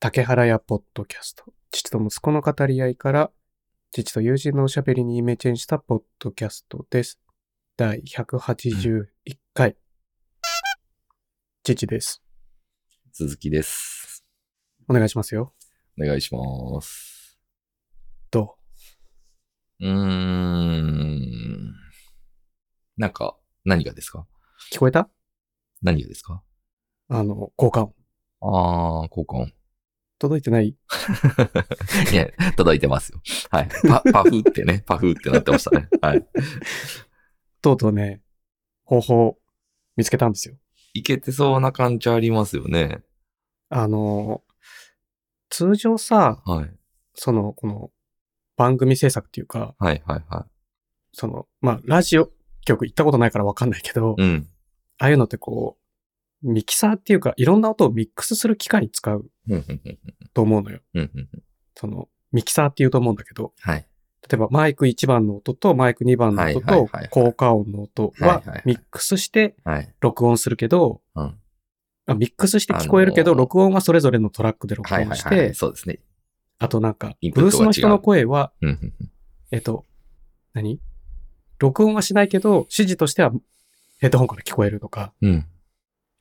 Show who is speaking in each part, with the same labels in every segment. Speaker 1: 竹原屋ポッドキャスト。父と息子の語り合いから、父と友人のおしゃべりにイメチェンしたポッドキャストです。第181回。父です。
Speaker 2: 鈴木です。
Speaker 1: お願いしますよ。
Speaker 2: お願いします。
Speaker 1: ど
Speaker 2: うーん。なんか、何がですか
Speaker 1: う聞こえた
Speaker 2: 何がですか
Speaker 1: あの、効果音。
Speaker 2: あー、交 換。
Speaker 1: 届いてない
Speaker 2: いや、届いてますよ。はい。パ、パフってね、パフってなってましたね。はい。
Speaker 1: とうとうね、方法見つけたんですよ。
Speaker 2: いけてそうな感じありますよね。
Speaker 1: あの、通常さ、
Speaker 2: はい。
Speaker 1: その、この、番組制作っていうか、
Speaker 2: はい、はい、は
Speaker 1: その、まあ、ラジオ局行ったことないからわかんないけど、
Speaker 2: い。うん。
Speaker 1: ああいうのってこう、ミキサーっていうか、いろんな音をミックスする機械に使う
Speaker 2: うんうんうん
Speaker 1: と思うのよ。
Speaker 2: うんうんうん
Speaker 1: その、ミキサーって言うと思うんだけど、
Speaker 2: はい。
Speaker 1: 例えばマイク1番の音とマイク2番の音
Speaker 2: はいはい
Speaker 1: と
Speaker 2: はいはい
Speaker 1: 効果音の音
Speaker 2: はい
Speaker 1: は
Speaker 2: はいはい
Speaker 1: ミックスして
Speaker 2: はい。
Speaker 1: 録音するけど、
Speaker 2: うん。
Speaker 1: あミックスして聞こえるけど、
Speaker 2: あのー
Speaker 1: 録音はそれぞれのトラックで録
Speaker 2: はい、
Speaker 1: 音
Speaker 2: はい、
Speaker 1: し
Speaker 2: はい。
Speaker 1: て、
Speaker 2: そうですね。
Speaker 1: あとなんか、
Speaker 2: インプ
Speaker 1: ブ
Speaker 2: ッ
Speaker 1: ー
Speaker 2: トが
Speaker 1: スの人の声は、
Speaker 2: うんうんうん。
Speaker 1: えっと、何録音はしないけど、指示としてはヘッドホンから聞こえるとか、
Speaker 2: うん。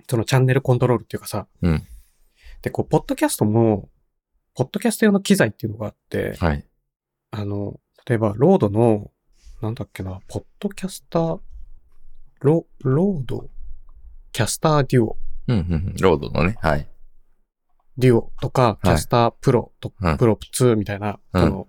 Speaker 1: そのチャンネルコントロールっていうかさ。
Speaker 2: うん
Speaker 1: で、こう、ポッドキャストも、ポッドキャスト用の機材っていうのがあって、
Speaker 2: はい。
Speaker 1: あの、例えば、ロードの、なんだっけな、ポッドキャスター、ロ、ロード、キャスターデュオ、
Speaker 2: うん、うんうん。ロードのね。はい。
Speaker 1: デュオとか、
Speaker 2: い
Speaker 1: キャスタープロと、
Speaker 2: うん
Speaker 1: プロ2みたいな、
Speaker 2: うん
Speaker 1: その、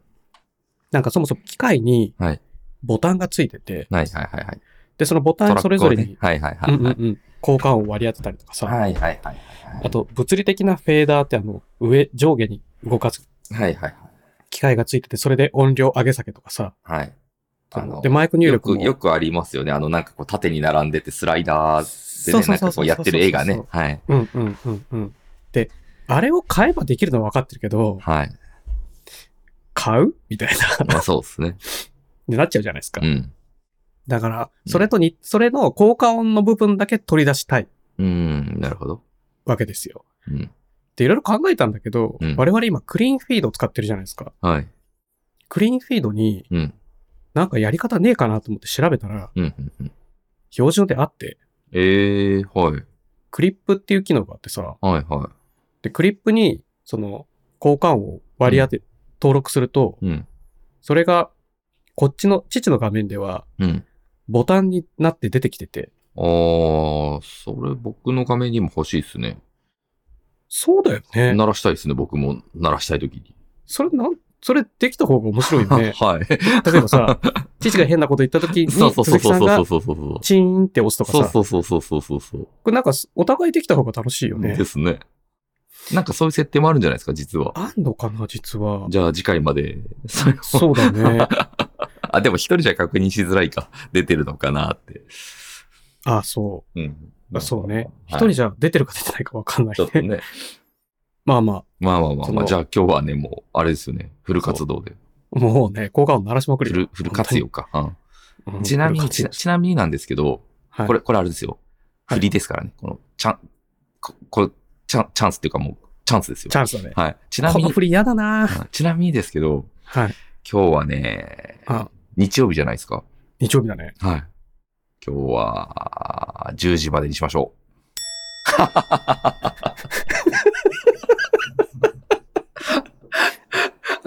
Speaker 1: なんかそもそも機械に
Speaker 2: はい。
Speaker 1: ボタンがついてて、
Speaker 2: はい、はい、はい、はい。
Speaker 1: で、そのボタンそれぞれに、
Speaker 2: トラックをねはい、はい、は
Speaker 1: う
Speaker 2: い
Speaker 1: んうん。うん、効果音を割り当てたりとかさ、
Speaker 2: はいはいはい。
Speaker 1: あと、物理的なフェーダーってあの、上、上下に動かす
Speaker 2: はいはい
Speaker 1: 機械がついてて、それで音量上げ下げとかさ。
Speaker 2: はい。はい。あの
Speaker 1: で、マイク入
Speaker 2: よ
Speaker 1: 力
Speaker 2: く、
Speaker 1: も。
Speaker 2: よくありますよね。あの、なんかこう縦に並んでてスライダーでね、なんかこうやってる映画ね。はい。
Speaker 1: うんうんうんうん。で、あれを買えばできるのは分かってるけど、
Speaker 2: はい。
Speaker 1: 買うみたいな、
Speaker 2: まあそうですね。
Speaker 1: になっちゃうじゃないですか。
Speaker 2: うん。
Speaker 1: だから、それとに、それの効果音の部分だけ取り出したい
Speaker 2: うん、なるほど。
Speaker 1: わけですよ。
Speaker 2: うん。
Speaker 1: で、いろいろ考えたんだけど、
Speaker 2: うん
Speaker 1: 我々今クリーンフィード使ってるじゃないですか。
Speaker 2: はい。
Speaker 1: クリーンフィードに
Speaker 2: うん。
Speaker 1: なんかやり方ねえかなと思って調べたら、
Speaker 2: うんうん。うん
Speaker 1: 標準であって、
Speaker 2: ええはい。
Speaker 1: クリップっていう機能があってさ、
Speaker 2: はいは
Speaker 1: で、クリップに、その、交換音を割り当て、登録すると、
Speaker 2: い。うん。
Speaker 1: それが、こっちの、父の画面では、
Speaker 2: うん。
Speaker 1: ボタンになって出てきてて、
Speaker 2: あー、それ僕の画面にも欲しいですね。
Speaker 1: そうだよね。
Speaker 2: 鳴らしたいですね、僕も。鳴らしたいときに。。
Speaker 1: それ、なん、それできた方が面白いよね
Speaker 2: はい。
Speaker 1: 例えばさ、父が変なこと言った時に、
Speaker 2: そうそうそ
Speaker 1: 鈴
Speaker 2: う
Speaker 1: 木
Speaker 2: そ
Speaker 1: さんが
Speaker 2: う、そうそうそう。
Speaker 1: チーンって押すとか
Speaker 2: そう
Speaker 1: さ、
Speaker 2: そうそうそうそうそうそう。
Speaker 1: これなんか、お互いできた方が楽しいよね
Speaker 2: で。すね。なんかそういう設定もあるんじゃないですか、実は。
Speaker 1: あんのかな、実は。
Speaker 2: じゃあ次回まで、 それを
Speaker 1: そうだね。
Speaker 2: あ、でも一人じゃ確認しづらいか、 出てるのかなって。
Speaker 1: あ、そ
Speaker 2: うん
Speaker 1: う。そうね。一
Speaker 2: は
Speaker 1: 人
Speaker 2: い
Speaker 1: じゃ出てるか出てないかわかんない
Speaker 2: ちょっと
Speaker 1: ね。
Speaker 2: ね。
Speaker 1: まあま
Speaker 2: まあまあまあ
Speaker 1: そ
Speaker 2: ま
Speaker 1: の
Speaker 2: あ、じゃあ今日はね、もう、あれですよね。フル活動で。
Speaker 1: あ、もうね、効果音鳴らしまく
Speaker 2: フ
Speaker 1: るよ
Speaker 2: ル、フル活用か。
Speaker 1: う
Speaker 2: うんんちなみに、
Speaker 1: フル活
Speaker 2: ちな
Speaker 1: 用
Speaker 2: ちなみになんですけど、
Speaker 1: はい
Speaker 2: これ、これあれですよ。
Speaker 1: はい
Speaker 2: 振りですからね。この、チャン、ここれ、チャン、チャンスっていうかもう、チャンスですよ
Speaker 1: チ。ャンスだね。
Speaker 2: はい。ちなみに、
Speaker 1: 振り嫌だな
Speaker 2: うんちなみにですけど、
Speaker 1: はい。
Speaker 2: 今日はね、
Speaker 1: あ、
Speaker 2: 日曜日じゃないですか。
Speaker 1: 日曜日だね。
Speaker 2: はい。今日は、10時までにしましょ う。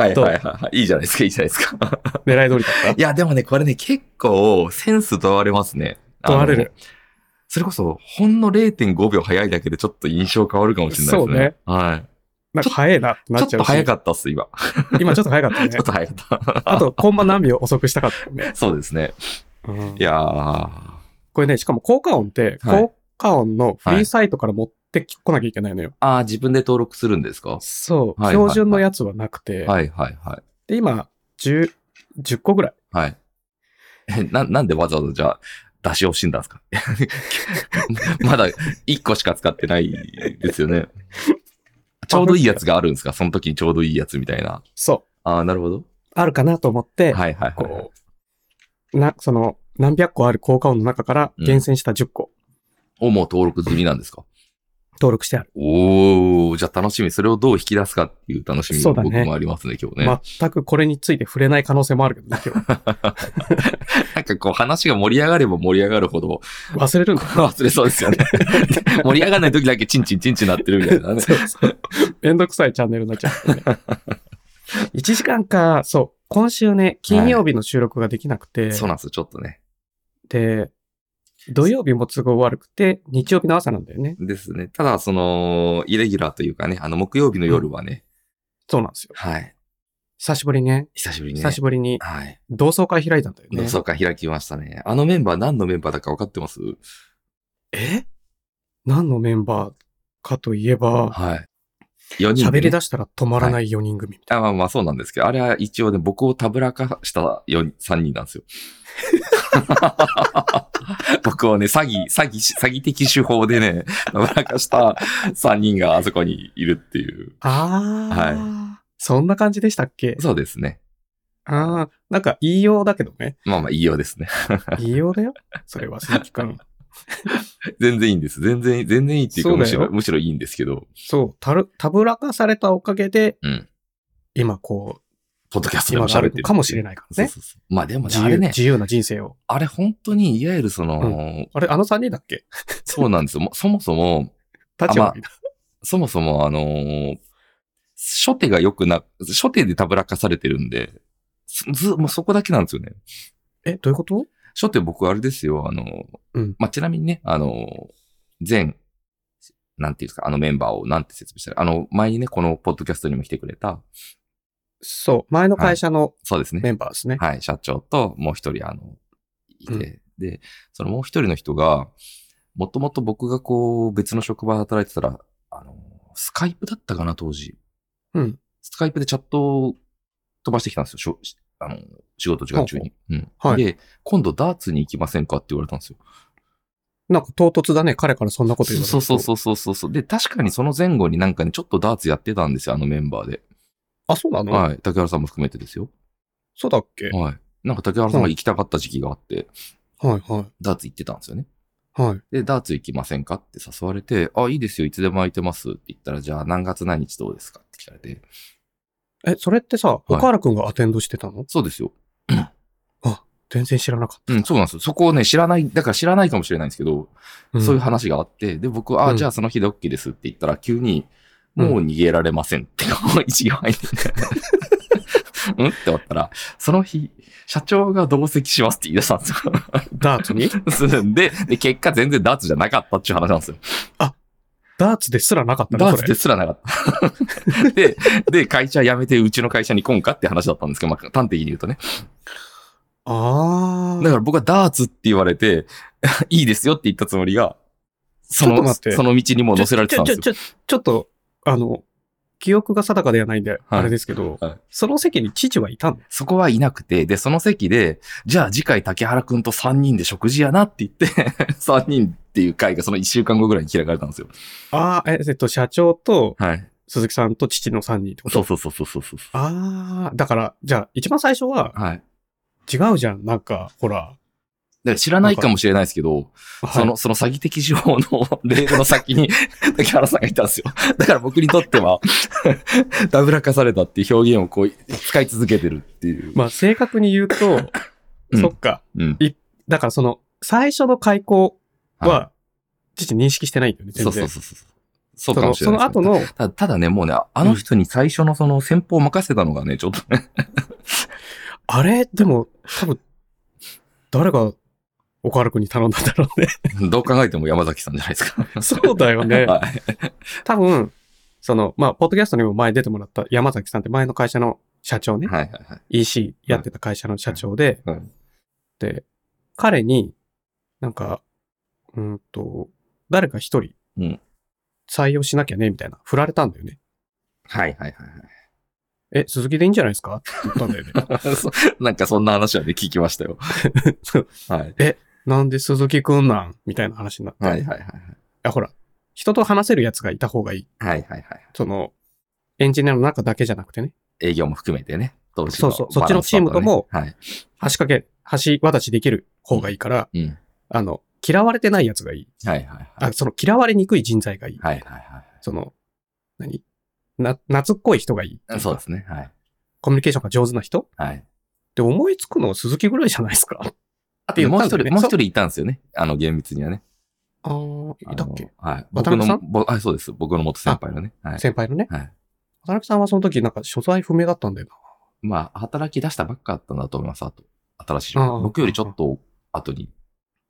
Speaker 2: はい
Speaker 1: どう
Speaker 2: はいはいはい。いいじゃないですか、いいじゃないですか。
Speaker 1: 狙い通りだっ
Speaker 2: いや、でもね、これね、結構、センス問われますね。
Speaker 1: 問われる
Speaker 2: あの。それこそ、ほんの0.5秒早いだけでちょっと印象変わるかもしれないですね。
Speaker 1: そうね
Speaker 2: は
Speaker 1: た。なんか早いなって
Speaker 2: い。
Speaker 1: な
Speaker 2: ちょ
Speaker 1: っ
Speaker 2: っ
Speaker 1: ちゃ
Speaker 2: と
Speaker 1: うし。
Speaker 2: 早かったっす、今。
Speaker 1: 今ちょっと早かったね
Speaker 2: ちょっ。と早かっ
Speaker 1: あと、コンマ何秒遅くしたかったよね。
Speaker 2: た。そうですね。
Speaker 1: うん
Speaker 2: いやー。
Speaker 1: これね、しかも効果音って、
Speaker 2: はい
Speaker 1: 効果音のフリーサイトから持ってこなきゃいけないのよ。
Speaker 2: あー、自分で登録するんですか
Speaker 1: そう。
Speaker 2: はいはいはい
Speaker 1: 標準のやつはなくて。
Speaker 2: はいはいはい。
Speaker 1: で、今、10、10個ぐらい。
Speaker 2: はい。え、な、なんでわざわざじゃあ、出し惜しんだんですか まだ1個しか使ってないですよね。ちょうどいいやつがあるんですかその時にちょうどいいやつみたいな。
Speaker 1: そ
Speaker 2: ああ、なるほど。
Speaker 1: う。あるかなと思っ
Speaker 2: は
Speaker 1: て、
Speaker 2: いはいはい。
Speaker 1: こう、な、その、何百個ある効果音の中から厳選した10個。
Speaker 2: お、もう登録済みなんですか
Speaker 1: 登録してある。
Speaker 2: おー、じゃあ楽しみ。それをどう引き出すかっていう楽しみ
Speaker 1: そうだ
Speaker 2: 僕
Speaker 1: ね
Speaker 2: もありますね、今日ね。
Speaker 1: 全くこれについて触れない可能性もあるけどね、今日。
Speaker 2: なんかこう話が盛り上がれば盛り上がるほど
Speaker 1: 忘れるんだ。
Speaker 2: 忘れそうですよ ね。盛り上がらない時だけチンチンチンチンなってるみたいな ね。
Speaker 1: そうそう。めんどくさいチャンネルになっちゃう、 ね。1時間か、そう。今週ね、金曜日の収録ができなくて、
Speaker 2: そうなんですよ、ちょっとね。
Speaker 1: で、土曜日も都合悪くて、日曜日の朝なんだよね。
Speaker 2: ですね。ただ、その、イレギュラーというかね、あの、木曜日の夜はね、
Speaker 1: そうなんですよ。
Speaker 2: はい。
Speaker 1: 久しぶりね。
Speaker 2: 久しぶりにね。
Speaker 1: 久しぶりに
Speaker 2: はい。
Speaker 1: 同窓会開いたんだよね。
Speaker 2: 同窓会開きましたね。あのメンバー何のメンバーだか分かってます
Speaker 1: え何のメンバーかといえば、
Speaker 2: はい。4人でね、
Speaker 1: 喋り出したら止まらない4人組みたい
Speaker 2: あまあまあそうなんですけど、あれは一応ね、僕をたぶらかした3人なんです よ。僕をね、詐欺、詐欺し、詐欺的手法でね、たぶらかした3人があそこにいるっていう。
Speaker 1: な。ああ、そんな感じでしたっけ
Speaker 2: そうですね。
Speaker 1: ああ、なんか言いようだけどね。
Speaker 2: まあまあ、いいようですね。
Speaker 1: 言いようだよ。それは鈴木くん。
Speaker 2: 全然いいんです。全然、全然いいっていうか、
Speaker 1: そう
Speaker 2: む
Speaker 1: だ
Speaker 2: し
Speaker 1: よ
Speaker 2: ろ、むしろいいんですけど、
Speaker 1: そう、たる、たぶらかされたおかげで、
Speaker 2: うん
Speaker 1: 今こう、
Speaker 2: ポッドキャストで
Speaker 1: 今
Speaker 2: も
Speaker 1: があ
Speaker 2: 喋っ
Speaker 1: る
Speaker 2: てる。
Speaker 1: かもしれ
Speaker 2: な
Speaker 1: な
Speaker 2: い。
Speaker 1: いから
Speaker 2: そう
Speaker 1: ね。
Speaker 2: そうそう。まあでもね、
Speaker 1: 自由、
Speaker 2: あれね、
Speaker 1: 自由な人生を。
Speaker 2: あれ本当に、いわゆるその、
Speaker 1: あれ、あの3人だっけ
Speaker 2: そうなんですよ。もそもそも、
Speaker 1: 立ち
Speaker 2: あまあ
Speaker 1: 悪いな。
Speaker 2: そもそもあのー初手が良くな、初手でたぶらかされてるんで、すず、もうそこだけなんですよね。
Speaker 1: え、どういうこと
Speaker 2: 初手僕あれですよ、あのー
Speaker 1: うん
Speaker 2: まあ、ちなみにね、あのー全、なんていうんですか、あのメンバーをなんて説明したら、あの、前にね、このポッドキャストにも来てくれた、
Speaker 1: そう、前の会社の
Speaker 2: そうですね。
Speaker 1: メンバーですね。
Speaker 2: はい、社長ともう一人、あの、いて、
Speaker 1: うん
Speaker 2: で、そのもう一人の人が、もともと僕がこう、別の職場で働いてたら、あのースカイプだったかな、当時。
Speaker 1: うん。
Speaker 2: スカイプでチャットを飛ばしてきたんですよ。しょしあの仕事時間中に。うん
Speaker 1: はい
Speaker 2: で、今度ダーツに行きませんかって言われたんですよ。
Speaker 1: なんか唐突だね。彼からそんなこと言われる
Speaker 2: そ
Speaker 1: と
Speaker 2: うそうそうそうそうそう。で、確かにその前後になんかね、ちょっとダーツやってたんですよ、あのメンバーで。
Speaker 1: あ、そうなの、
Speaker 2: はい。竹原さんも含めてですよ。
Speaker 1: そうだっけはい
Speaker 2: はい。なんか竹原さんが行きたかった時期があって、
Speaker 1: は
Speaker 2: ダーツ行ってたんですよね。
Speaker 1: い。はい。
Speaker 2: で、ダーツ行きませんかって誘われて、あ、いいですよ、いつでも空いてますって言ったら、じゃあ何月何日どうですかって聞かれて、
Speaker 1: え、それってさ、
Speaker 2: い
Speaker 1: 岡原くんがアテンドしてたの
Speaker 2: そうですよ。
Speaker 1: 全然知らなかっ
Speaker 2: うん、そうなんですよ。そこをね、知らない、だから知らないかもしれないんですけど、
Speaker 1: た。
Speaker 2: そういう
Speaker 1: うん
Speaker 2: 話があって、で、僕は、あ
Speaker 1: うん
Speaker 2: じゃあその日で OK ですって言ったら、急に、もう逃げられませんって、こう一行入って て。うんって思ったら、その日、社長が同席しますって言い出したんです
Speaker 1: ダーツに
Speaker 2: よ。 すんで、で、結果全然ダーツじゃなかったっていう話なんですよ。
Speaker 1: ダーツですらなかったの
Speaker 2: ダ
Speaker 1: そ
Speaker 2: ーツ
Speaker 1: れ
Speaker 2: ですらなかった。で、で、会社辞めてうちの会社に来んかって話だったんですけど、まあ、端的に言うとね。
Speaker 1: ああ。
Speaker 2: だから僕はダーツって言われて、いいですよって言ったつもりが、そ
Speaker 1: ちょっと
Speaker 2: の、
Speaker 1: 待って
Speaker 2: その道にもう乗せられてたんですよ
Speaker 1: ち。ょ、ちょ、ちょ、ちょっと、あの、記憶が定かではないんで、あれですけど、
Speaker 2: はい
Speaker 1: その席に父はいたの
Speaker 2: そこはいなくて、で、その席で、じゃあ次回竹原くんと3人で食事やなって言って、3人っていう会がその1週間後ぐらいに開かれたんですよ。
Speaker 1: ああ、え、えっと、社長と
Speaker 2: はい。
Speaker 1: 鈴木さんと父の3人ってこと
Speaker 2: そうそうそうそうそうそう。
Speaker 1: ああ、だから、じゃあ、一番最初は、
Speaker 2: はい。だか
Speaker 1: 違うじゃん、なんか、ほら。
Speaker 2: ら知らないかもしれないですけど、そ
Speaker 1: はい、
Speaker 2: の、その詐欺的手法の レールの 先に竹原さんがいたんですよ。だから僕にとっては、 ダブらかされたっていう表現をこう、使い続けてるっていう。
Speaker 1: まあ、正確に言うと、
Speaker 2: うん
Speaker 1: そっか。
Speaker 2: うん。
Speaker 1: だから、その、最初の開口
Speaker 2: は
Speaker 1: は、父認識してないんだよね、
Speaker 2: い、そ
Speaker 1: 全
Speaker 2: うそ
Speaker 1: 然。
Speaker 2: うそうそう。そうかもしれ
Speaker 1: そ
Speaker 2: な
Speaker 1: の
Speaker 2: い
Speaker 1: そ
Speaker 2: です
Speaker 1: の
Speaker 2: ね
Speaker 1: 後の、
Speaker 2: ただただね、もうね、ああの人に最初のその先方を任せたのがね、ちょっとね、
Speaker 1: あれ、でも、多分、誰が、岡原くんに頼んだんだろう ね。
Speaker 2: どう考えても山崎さんじゃないですか。
Speaker 1: そうだよね。
Speaker 2: はい。
Speaker 1: 多分、その、まあ、ポッドキャストにも前出てもらった山崎さんって前の会社の社長ね、
Speaker 2: はいはいはい。
Speaker 1: EC やってた会社の社長で、
Speaker 2: うんうん
Speaker 1: で、彼に、なんか、うーんと、誰か一人
Speaker 2: うん、
Speaker 1: 採用しなきゃね、みたいな、振られたんだよね。
Speaker 2: はいはい
Speaker 1: え、鈴木でいいんじゃないですかって言ったんだよ ね。
Speaker 2: はい。そなんかそんな話はね、聞きましたよ。
Speaker 1: そう
Speaker 2: はい。
Speaker 1: なんで鈴木くんなんみたいな話になって。
Speaker 2: はい
Speaker 1: い
Speaker 2: はいはいはい。
Speaker 1: や、ほら、人と話せるやつがいた方がいい。
Speaker 2: はいはいはい。
Speaker 1: その、エンジニアの中だけじゃなくてね、
Speaker 2: 営業も含めてね。投資
Speaker 1: そうそうそっちの
Speaker 2: バランスだ
Speaker 1: チ
Speaker 2: ね
Speaker 1: ームとも
Speaker 2: はい。
Speaker 1: 橋かけ、橋渡しできる方がいいから、
Speaker 2: うん。
Speaker 1: あの、嫌われてないやつがいい。
Speaker 2: はいはいは
Speaker 1: あ、
Speaker 2: い。
Speaker 1: その嫌われにくい人材がいい。
Speaker 2: はいはいは
Speaker 1: その、何な、懐っこい人がいい。
Speaker 2: い。そうですね。はい。
Speaker 1: コミュニケーションが上手な人っ
Speaker 2: はい。
Speaker 1: て思いつくのは鈴木ぐらいじゃないですか。
Speaker 2: あともう一
Speaker 1: 言ったんだよ
Speaker 2: 人、
Speaker 1: ね
Speaker 2: もう一人いたんですよね。あの、厳密にはね。
Speaker 1: ああ、いたっけ
Speaker 2: あのはい。
Speaker 1: 渡
Speaker 2: 僕
Speaker 1: 辺さ
Speaker 2: の
Speaker 1: ん、
Speaker 2: ぼあそうです。僕の元先輩のね。はい。
Speaker 1: 先輩のね。
Speaker 2: はい。
Speaker 1: 渡辺さんはその時なんか所在不明だったんだよ
Speaker 2: まあ、働き出したばっかだったんだと思います。あと、新しい
Speaker 1: ああ
Speaker 2: 職。僕よりちょっと後に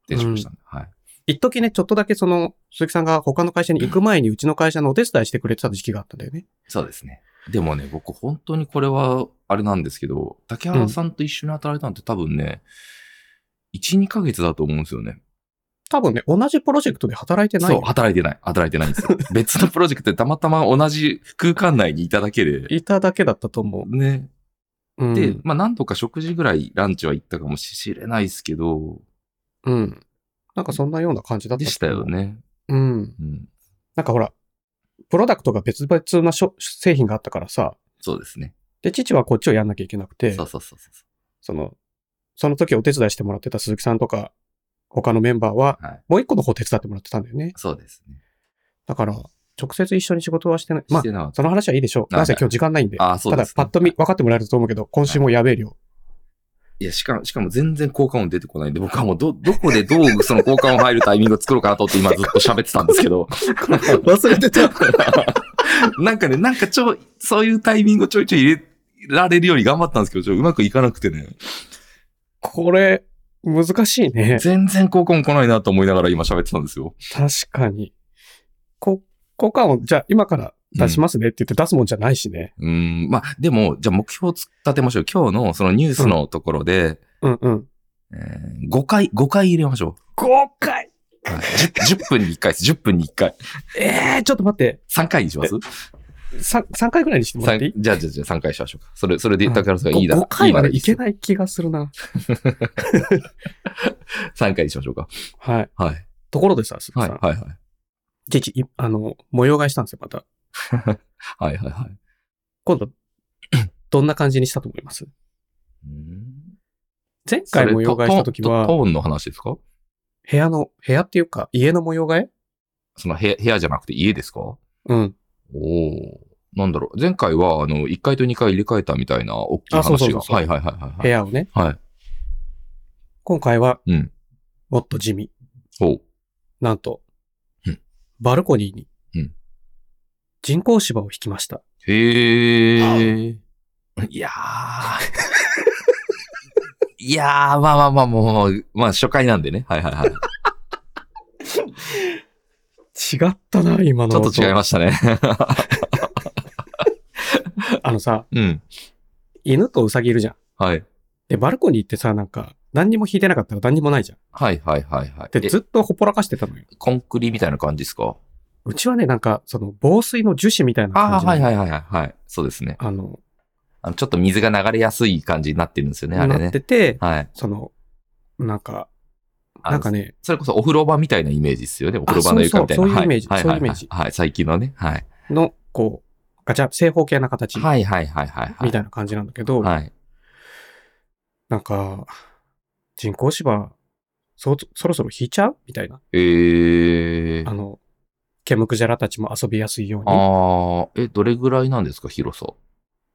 Speaker 2: 転職したんで。はい。
Speaker 1: 一時ね、ちょっとだけその、鈴木さんが他の会社に行く前にうちの会社のお手伝いしてくれてた時期があったんだよね。
Speaker 2: そうですね。でもね、僕本当にこれは、あれなんですけど、竹原さんと一緒に働いたのって多分ね、1、2ヶ月だと思うんですよね。
Speaker 1: 多分ね、同じプロジェクトで働いてない
Speaker 2: そう、
Speaker 1: よ。
Speaker 2: 働いてない。働いてないんです よ。別のプロジェクトでたまたま同じ空間内にいただけで、
Speaker 1: いただけだったと思
Speaker 2: ね。
Speaker 1: う。うん、
Speaker 2: で、まあ何度か食事ぐらいランチは行ったかもしれないですけど、
Speaker 1: うん。なんかそんなような感じだった
Speaker 2: で
Speaker 1: と
Speaker 2: した
Speaker 1: 思う
Speaker 2: よ。ね。
Speaker 1: うん。
Speaker 2: うん。
Speaker 1: なんかほら、プロダクトが別々なしょ製品があったからさ、
Speaker 2: そうですね。
Speaker 1: で、父はこっちをやんなきゃいけなくて、
Speaker 2: そう
Speaker 1: そ
Speaker 2: そうそうそ
Speaker 1: の、その時お手伝いしてもらってた鈴木さんとか、他のメンバーは、
Speaker 2: う。はい。
Speaker 1: もう一個の方手伝ってもらってたんだよね。
Speaker 2: そうですね。
Speaker 1: だから、直接一緒に仕事はしてない。ま
Speaker 2: し
Speaker 1: あ
Speaker 2: て、なかっ
Speaker 1: その話はいいでしょう。なぜ今日時間ないんで。
Speaker 2: た。ああ、そう
Speaker 1: た
Speaker 2: で
Speaker 1: だ
Speaker 2: す、ね、
Speaker 1: パッと見、分かってもらえると思うけど、今週もやべえ 量。
Speaker 2: いや、しかも、しかも全然効果音出てこないんで、僕はもうど、どこでどうその効果音入るタイミングを作ろうかなと思って今ずっと喋ってたんです けど、
Speaker 1: 忘れてた。
Speaker 2: なんかね、なんかちょ、そういうタイミングをちょいちょい入れられるように頑張ったんですけど、ちょっとうまくいかなくてね、
Speaker 1: これ、難しいね。
Speaker 2: 全然効果音来ないなと思いながら今喋ってたんですよ。
Speaker 1: 確かに。こ、効果音、じゃあ今から出しますねって言って出すもんじゃないしね。
Speaker 2: うーん、まあ、でも、じゃあ目標を立てましょう。今日のそのニュースのところで、
Speaker 1: うんうん。
Speaker 2: えー5回、5回入れましょ
Speaker 1: 5回
Speaker 2: う。はい 10, 10分に1回です。10分に1回。
Speaker 1: ええー、ちょっと待って。
Speaker 2: 3回にします
Speaker 1: 3、三回ぐらいにしてもらっていい
Speaker 2: 三じゃあ、じゃあ、じゃあ3回しましょうか。それ、それで、だからそれがいいだ。
Speaker 1: 5回はね、
Speaker 2: い
Speaker 1: い
Speaker 2: いな
Speaker 1: け
Speaker 2: ら
Speaker 1: ない気がするな。
Speaker 2: 3回にしましょうか。
Speaker 1: はい。
Speaker 2: はい。
Speaker 1: ところでさ、鈴木
Speaker 2: は
Speaker 1: さ
Speaker 2: い、
Speaker 1: ん。
Speaker 2: はい、はい。
Speaker 1: 父、いあの、模様替えしたんですよ、また。
Speaker 2: はいはいはい。
Speaker 1: 今 度、どんな感じにしたと思います前
Speaker 2: それ
Speaker 1: 回模様替えした時
Speaker 2: トト
Speaker 1: は、
Speaker 2: トーンの話ですか
Speaker 1: 部屋の、部屋っていうか、家の模様替え
Speaker 2: その部屋部屋じゃなくて家ですかお
Speaker 1: うん。
Speaker 2: お。なんだろう。前回は、あの、1階と2階入れ替えたみたいな大きい
Speaker 1: あそうそう
Speaker 2: 話
Speaker 1: そ
Speaker 2: が。
Speaker 1: うそう
Speaker 2: はいはいはいはい
Speaker 1: 部
Speaker 2: はい。
Speaker 1: 屋をね。
Speaker 2: はい。
Speaker 1: 今回は、
Speaker 2: うん。
Speaker 1: もっと地味。
Speaker 2: ほう。
Speaker 1: なんと
Speaker 2: うん、
Speaker 1: バルコニーに
Speaker 2: うん、
Speaker 1: 人工芝を引きました。
Speaker 2: へえ。いやー。 いやー、まあまあまあ、もう、まあ初回なんでね。はいはいはい。ち
Speaker 1: 違ったな、今の
Speaker 2: ょ
Speaker 1: 音。
Speaker 2: っと違いましたね。
Speaker 1: あのさ、
Speaker 2: うん。
Speaker 1: 犬とウサギいるじゃん。
Speaker 2: はい。
Speaker 1: で、バルコニーってさ、なんか、何にも引いてなかったら何にもないじゃん。
Speaker 2: はいはいはいはい。
Speaker 1: で、
Speaker 2: え
Speaker 1: ずっとほっぽらかしてたのよ。
Speaker 2: コンクリみたいな感じですか
Speaker 1: うちはね、なんか、その、防水の樹脂みたいな
Speaker 2: あ
Speaker 1: 感
Speaker 2: あ
Speaker 1: じ
Speaker 2: ー、
Speaker 1: の。
Speaker 2: はいはいはいはいはい。そうですね。
Speaker 1: あの、
Speaker 2: あの、ちょっと水が流れやすい感じになってるんですよね、あ
Speaker 1: な
Speaker 2: れ
Speaker 1: っ
Speaker 2: ね
Speaker 1: て。て、
Speaker 2: はい。
Speaker 1: その、なんか、
Speaker 2: あ
Speaker 1: なんかね、
Speaker 2: それこそお風呂場みたいなイメージですよね。お風呂場の床みたいな。
Speaker 1: そうそうそういうイメージ
Speaker 2: は
Speaker 1: そういうイメージ
Speaker 2: はいはいはい。最近のね。はい。
Speaker 1: の、こう、ガチャ、正方形な形み
Speaker 2: はいはいはいはいはい。
Speaker 1: たいな感じなんだけど、
Speaker 2: はい。
Speaker 1: なんか、人工芝、そ、そろそろ引いちゃうみたいな。
Speaker 2: えー。
Speaker 1: あの、ケムクジャラたちも遊びやすいよう
Speaker 2: あー、え、どれぐらいなんですか、広さ。